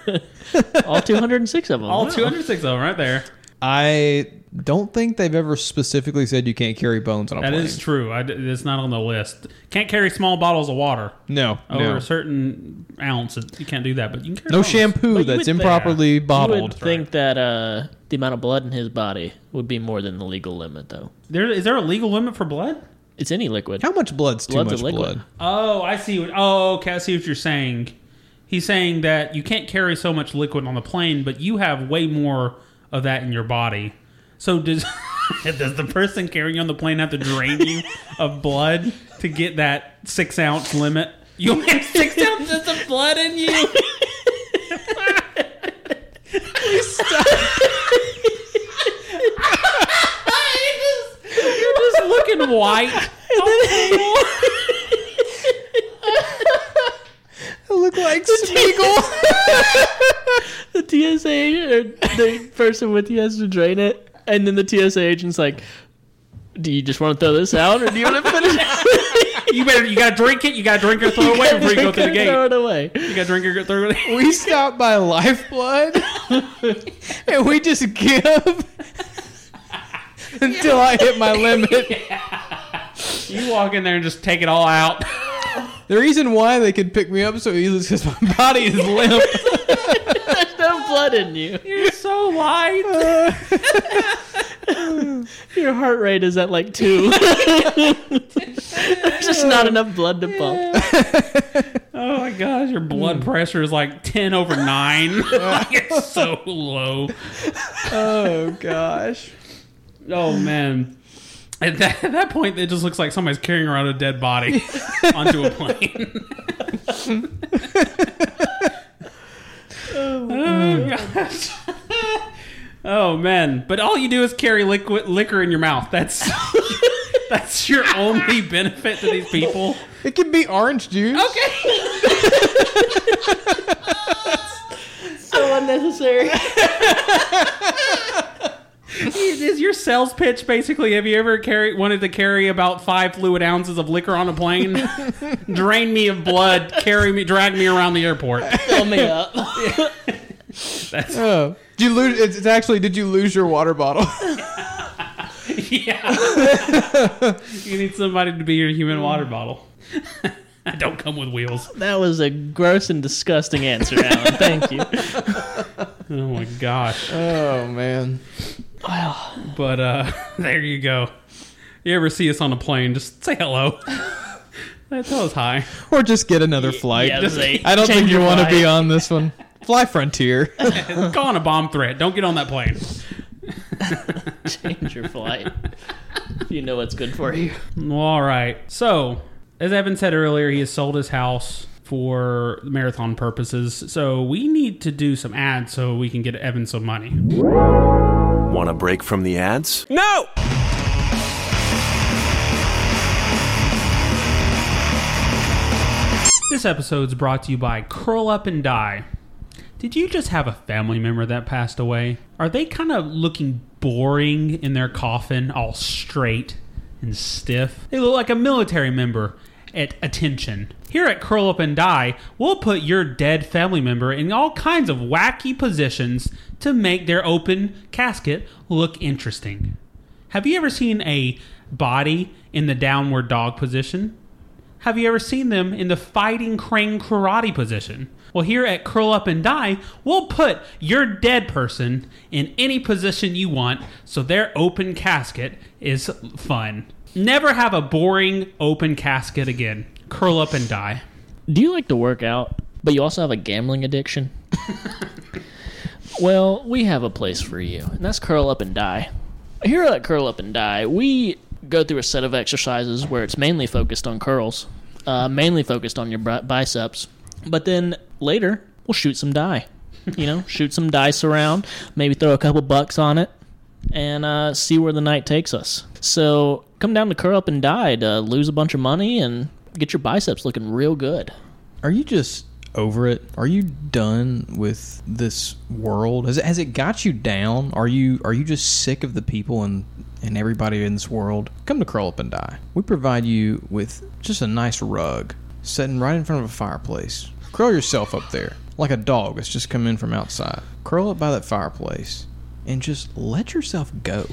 Speaker 8: All 206 of them.
Speaker 6: All
Speaker 8: Wow.
Speaker 6: 206 of them right there.
Speaker 7: I don't think they've ever specifically said you can't carry bones on a
Speaker 6: That
Speaker 7: plane.
Speaker 6: is true. I d it's not on the list. Can't carry small bottles of water
Speaker 7: No,
Speaker 6: over
Speaker 7: no,
Speaker 6: a certain ounce. It- You can't do that, but you can carry
Speaker 7: no
Speaker 6: bottles.
Speaker 7: shampoo
Speaker 6: But you
Speaker 7: that's
Speaker 6: would-
Speaker 7: improperly
Speaker 8: You
Speaker 7: bottled.
Speaker 8: would think that uh, the amount of blood in his body would be more than the legal limit, though.
Speaker 6: There is there a legal limit for blood?
Speaker 8: It's any liquid.
Speaker 7: How much blood's too
Speaker 8: Blood's a
Speaker 7: much
Speaker 8: liquid.
Speaker 7: blood?
Speaker 6: Oh, I see. What, oh, okay. I see what you're saying. He's saying that you can't carry so much liquid on the plane, but you have way more of that in your body. So does does the person carrying you on the plane have to drain you of blood to get that six ounce limit? You only have six ounces of blood in you. You're just looking white.
Speaker 7: I look like Smeagol.
Speaker 8: The TSA agent or the person with you has to drain it, and then the TSA agent's like, "Do you just want to throw this out, or do you want to finish it?
Speaker 6: You better. You gotta drink it. You gotta drink or throw it away before you go through the
Speaker 8: Drink it, Throw
Speaker 6: gate.
Speaker 8: it away."
Speaker 6: You gotta drink or throw it. away.
Speaker 7: we stopped by Lifeblood, and we just give until I hit my limit.
Speaker 6: You walk in there and just take it all out.
Speaker 7: The reason why they could pick me up so easily is because my body is limp.
Speaker 8: There's no blood in you.
Speaker 6: You're so light.
Speaker 8: Your heart rate is at like two. There's just not enough blood to pump.
Speaker 6: Oh my gosh, your blood
Speaker 7: Hmm.
Speaker 6: pressure is like ten over nine. Like, it's so low.
Speaker 7: oh gosh.
Speaker 6: Oh man. At that, at that point, it just looks like somebody's carrying around a dead body onto a plane. oh gosh. Oh man! But all you do is carry liquid liquor in your mouth. That's that's your only benefit to these people.
Speaker 7: It can be orange juice.
Speaker 6: Okay.
Speaker 8: So unnecessary.
Speaker 6: Is your sales pitch basically? Have you ever carry, wanted to carry about five fluid ounces of liquor on a plane? Drain me of blood. Carry me. Drag me around the airport.
Speaker 8: Fill me up.
Speaker 7: Oh. Did you lose? It's, it's actually. Did you lose your water bottle?
Speaker 6: Yeah. you need somebody to be your human water bottle. I don't come with wheels.
Speaker 8: That was a gross and disgusting answer, Alan. Thank you.
Speaker 6: Oh my gosh.
Speaker 7: oh man.
Speaker 6: But uh there you go. You ever see us on a plane, just say hello. Tell us hi.
Speaker 7: Or just get another flight.
Speaker 8: Yeah, just say,
Speaker 7: I don't
Speaker 8: change
Speaker 7: think you
Speaker 8: your
Speaker 7: want to
Speaker 8: mind.
Speaker 7: be on this one. Fly Frontier.
Speaker 6: Go on a bomb threat. Don't get on that plane.
Speaker 8: Change your flight. If you know what's good for you.
Speaker 6: Well, All right. So, as Evan said earlier, he has sold his house for marathon purposes. So, we need to do some ads so we can get Evan some money.
Speaker 11: Want a break from the ads?
Speaker 6: No! This episode's brought to you by Curl Up and Die. Did you just have a family member that passed away? Are they kind of looking boring in their coffin, all straight and stiff? They look like a military member at attention. Here at Curl Up and Die, we'll put your dead family member in all kinds of wacky positions to make their open casket look interesting. Have you ever seen a body in the downward dog position? Have you ever seen them in the fighting crane karate position? Well, here at Curl Up and Die, we'll put your dead person in any position you want so their open casket is fun. Never have a boring open casket again. Curl Up and Die.
Speaker 8: Do you like to work out, but you also have a gambling addiction? well, we have a place for you, and that's Curl Up and Die. Here at Curl Up and Die, we go through a set of exercises where it's mainly focused on curls, uh, mainly focused on your bri- biceps, but then later we'll shoot some die. You know, shoot some dice around, maybe throw a couple bucks on it, and uh, see where the night takes us. So come down to Curl Up and Die to lose a bunch of money and get your biceps looking real good.
Speaker 7: Are you just over it? Are you done with this world? Has it, has it got you down? Are you are you just sick of the people and and everybody in this world? Come to curl up and die. We provide you with just a nice rug sitting right in front of a fireplace. Curl yourself up there like a dog that's just come in from outside. Curl up by that fireplace and just let yourself go.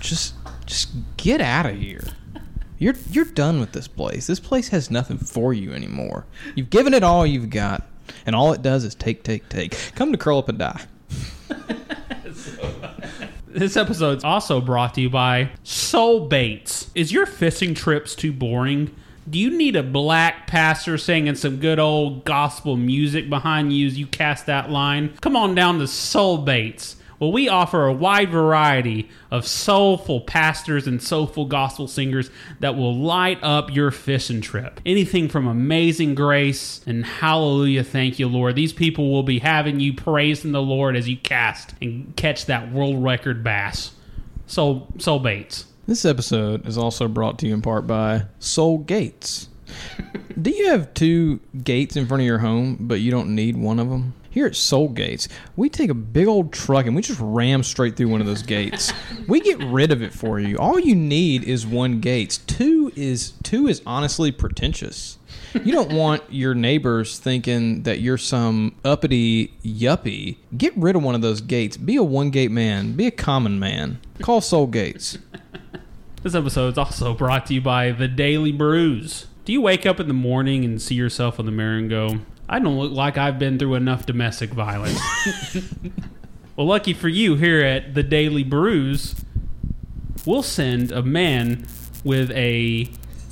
Speaker 7: just just get out of here. You're you're done with this place. This place has nothing for you anymore. You've given it all you've got, and all it does is take, take, take. Come to curl up and die.
Speaker 6: This episode's also brought to you by Soul Baits. Is your fishing trips too boring? Do you need a black pastor singing some good old gospel music behind you as you cast that line? Come on down to Soul Baits. Well, we offer a wide variety of soulful pastors and soulful gospel singers that will light up your fishing trip. Anything from Amazing Grace and Hallelujah, Thank You, Lord. These people will be having you praising the Lord as you cast and catch that world record bass. Soul, soul baits.
Speaker 7: This episode is also brought to you in part by Soul Gates. Do you have two gates in front of your home, but you don't need one of them? Here at Soul Gates, we take a big old truck and we just ram straight through one of those gates. we get rid of it for you. All you need is one gate. Two is two is honestly pretentious. You don't want your neighbors thinking that you're some uppity yuppie. Get rid of one of those gates. Be a one gate man. Be a common man. Call Soul Gates.
Speaker 6: This episode is also brought to you by The Daily Brews. Do you wake up in the morning and see yourself in the mirror and go, I don't look like I've been through enough domestic violence? well, lucky for you, here at The Daily Brews, we'll send a man with a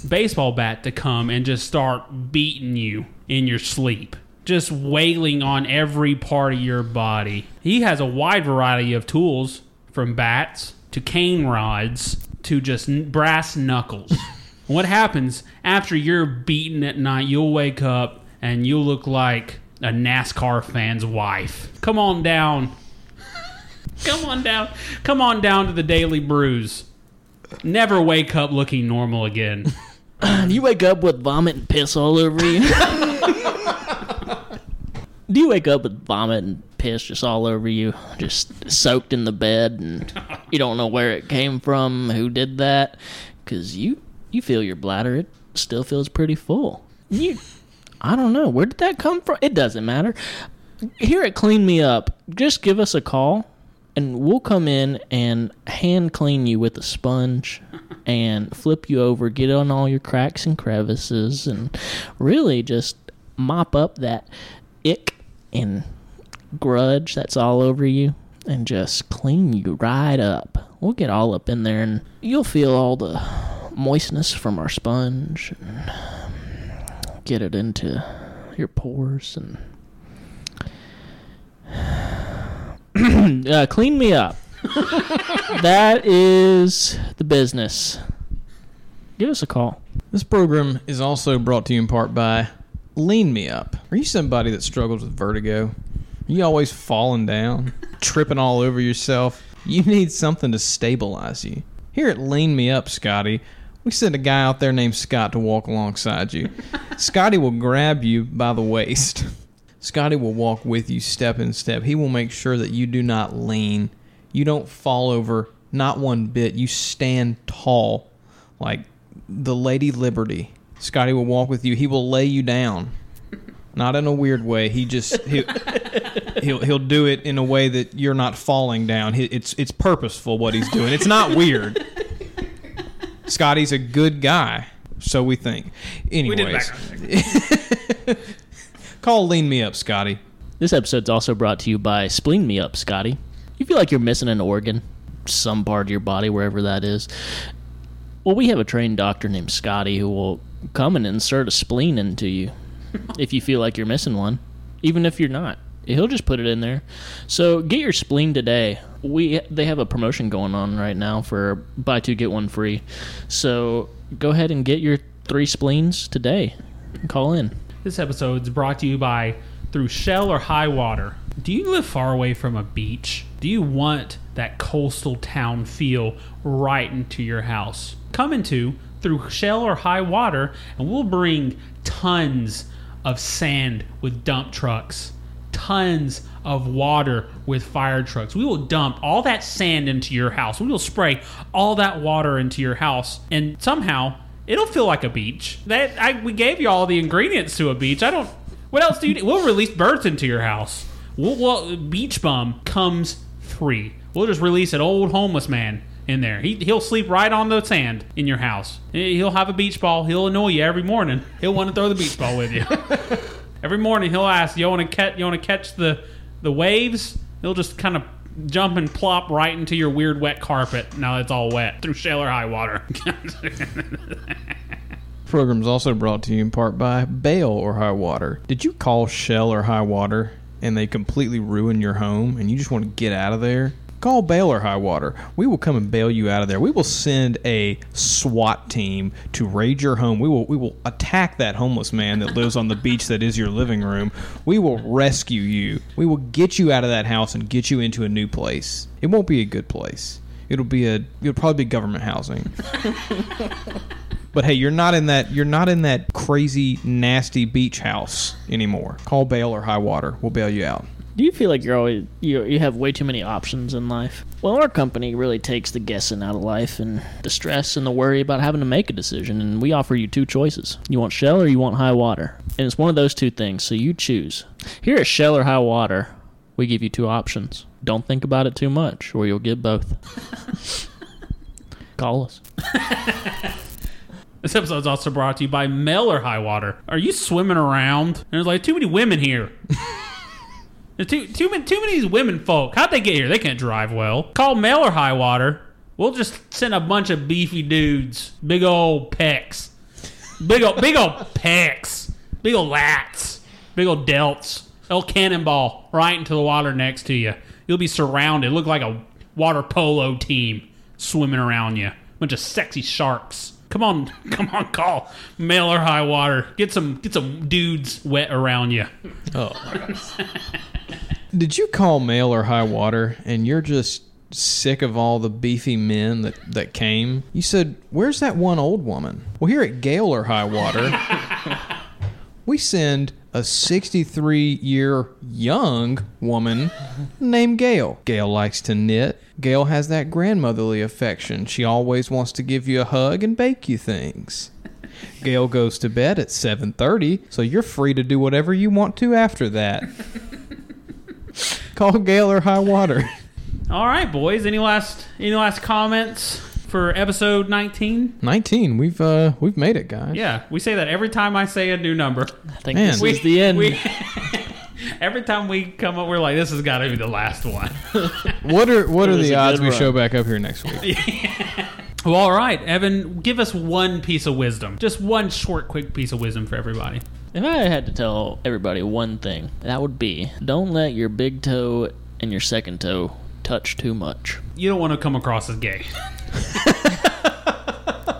Speaker 6: baseball bat to come and just start beating you in your sleep. Just wailing on every part of your body. He has a wide variety of tools from bats to cane rods to just n- brass knuckles. what happens after you're beaten at night? You'll wake up and you'll look like a NASCAR fan's wife. Come on down. Come on down. Come on down to the Daily Brews. Never wake up looking normal again.
Speaker 8: And you wake up with vomit and piss all over you. Do you wake up with vomit and piss just all over you, just soaked in the bed, and you don't know where it came from, who did that? Because you you feel your bladder, it still feels pretty full. You, I don't know where did that come from. It doesn't matter. Here at Clean Me Up, just give us a call, and we'll come in and hand clean you with a sponge, and flip you over, get on all your cracks and crevices, and really just mop up that ick and grudge that's all over you and just clean you right up. We'll get all up in there and you'll feel all the moistness from our sponge and get it into your pores and uh, clean me up. that is the business. Give us a call.
Speaker 7: This program is also brought to you in part by Lean Me Up. Are you somebody that struggles with vertigo? Are you always falling down, tripping all over yourself? You need something to stabilize you. Here at Lean Me Up, Scotty, we sent a guy out there named Scott to walk alongside you. Scotty will grab you by the waist. Scotty will walk with you step in step. He will make sure that you do not lean. You don't fall over, not one bit. You stand tall like the Lady Liberty. Scotty will walk with you. He will lay you down. Not in a weird way. He just he, he'll he'll do it in a way that you're not falling down. He, it's it's purposeful what he's doing. It's not weird. Scotty's a good guy, so we think. Anyways,
Speaker 6: We did background check.
Speaker 7: call lean me up, Scotty.
Speaker 8: This episode's also brought to you by Spleen Me Up, Scotty. You feel like you're missing an organ, some part of your body, wherever that is. Well, we have a trained doctor named Scotty who will come and insert a spleen into you if you feel like you're missing one, even if you're not. He'll just put it in there. So get your spleen today. We they have a promotion going on right now for buy two get one free. So go ahead and get your three spleens today. Call in.
Speaker 6: This episode is brought to you by Through Shell or High Water. Do you live far away from a beach? Do you want that coastal town feel right into your house? Come into Through Shell or High Water and we'll bring tons of sand with dump trucks, tons of water with fire trucks. We will dump all that sand into your house. We will spray all that water into your house and somehow It'll feel like a beach. That I, we gave you all the ingredients to a beach. I don't. What else do you? need? We'll release birds into your house. We'll, we'll- beach bum comes free. We'll just release an old homeless man in there. He he'll sleep right on the sand in your house. He'll have a beach ball. He'll annoy you every morning. He'll want to throw the beach ball with you. every morning he'll ask, "You want to catch? You want to catch the the waves?" He'll just kind of jump and plop right into your weird wet carpet. Now it's all wet through shale or high water.
Speaker 7: Program is also brought to you in part by Bail or High Water. Did you call Shell or High Water and they completely ruin your home and you just want to get out of there? Call Bail or High Water. We will come and bail you out of there. We will send a SWAT team to raid your home. We will we will attack that homeless man that lives on the beach that is your living room. We will rescue you. We will get you out of that house and get you into a new place. It won't be a good place. It'll be a it'll probably be government housing. But hey, you're not in that you're not in that crazy nasty beach house anymore. Call bail or high water. We'll bail you out.
Speaker 8: Do you feel like you're always you you have way too many options in life? Well, our company really takes the guessing out of life and the stress and the worry about having to make a decision, and we offer you two choices. You want Shell or you want High Water. And it's one of those two things, so you choose. Here at Shell or High Water, we give you two options. Don't think about it too much or you'll get both. Call us.
Speaker 6: This episode is also brought to you by Mail or High Water. Are you swimming around? And there's like too many women here. There's too too many too many women folk. How'd they get here? They can't drive well. Call Mail or High Water. We'll just send a bunch of beefy dudes, big old pecs, big old big old pecs, big old lats, big old delts. They'll cannonball right into the water next to you. You'll be surrounded. Look like a water polo team swimming around you. Bunch of sexy sharks. Come on, come on, call mail or high water. Get some, get some dudes wet around you.
Speaker 7: Did you call mail or high water and you're just sick of all the beefy men that, that came? You said, Where's that one old woman? Well, here at Gale or High Water, we send a 63 year young woman named Gail. Gail likes to knit. Gail has that grandmotherly affection. She always wants to give you a hug and bake you things. Gail goes to bed at 7:30, so you're free to do whatever you want to after that. Call Gale or High Water.
Speaker 6: All right, boys. Any last, any last comments for episode nineteen?
Speaker 7: 19. We've uh we've made it, guys.
Speaker 6: Yeah, we say that every time I say a new number.
Speaker 8: I think
Speaker 7: Man.
Speaker 8: this is the end.
Speaker 6: We, every time we come up, we're like, this has got to be the last one.
Speaker 7: What are what
Speaker 8: It
Speaker 7: are
Speaker 8: was
Speaker 7: the
Speaker 8: a
Speaker 7: odds
Speaker 8: good
Speaker 7: we
Speaker 8: run.
Speaker 7: show back up here next week?
Speaker 6: well, all right, Evan, give us one piece of wisdom. Just one short, quick piece of wisdom for everybody.
Speaker 8: If I had to tell everybody one thing, that would be don't let your big toe and your second toe touch too much.
Speaker 6: You don't want to come across as gay.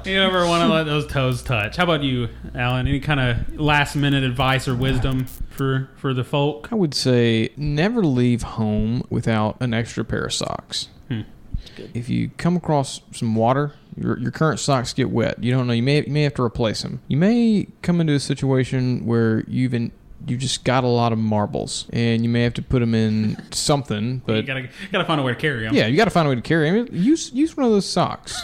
Speaker 6: you never want to let those toes touch. How about you, Alan? Any kind of last minute advice or wisdom for for the folk?
Speaker 7: I would say never leave home without an extra pair of socks.
Speaker 8: Hmm.
Speaker 7: If you come across some water, your, your current socks get wet. You don't know. You may you may have to replace them. You may come into a situation where you've in, you've just got a lot of marbles, and you may have to put them in something.
Speaker 6: You
Speaker 7: But
Speaker 6: gotta gotta find a way to carry them.
Speaker 7: yeah, you got to find a way to carry them. Use use one of those socks.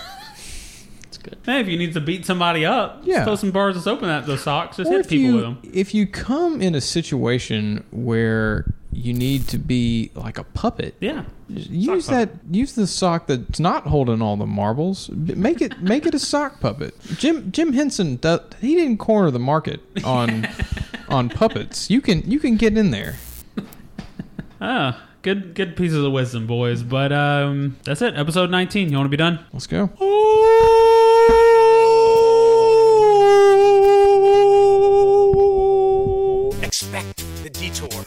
Speaker 6: Hey, if you need to beat somebody up, just
Speaker 7: Yeah.
Speaker 6: throw some bars of soap in that those socks. Just
Speaker 7: Or
Speaker 6: hit
Speaker 7: if
Speaker 6: people
Speaker 7: you,
Speaker 6: with them.
Speaker 7: If you come in a situation where you need to be like a puppet,
Speaker 6: Yeah.
Speaker 7: use that. Use the sock that's not holding all the marbles. B- Make it make it a sock puppet. Jim Jim Henson does, he didn't corner the market on on puppets. You can you can get in there.
Speaker 6: Ah, good good pieces of wisdom, boys. But um, that's it. Episode nineteen. You want to be done?
Speaker 7: Let's go.
Speaker 12: Expect the detour.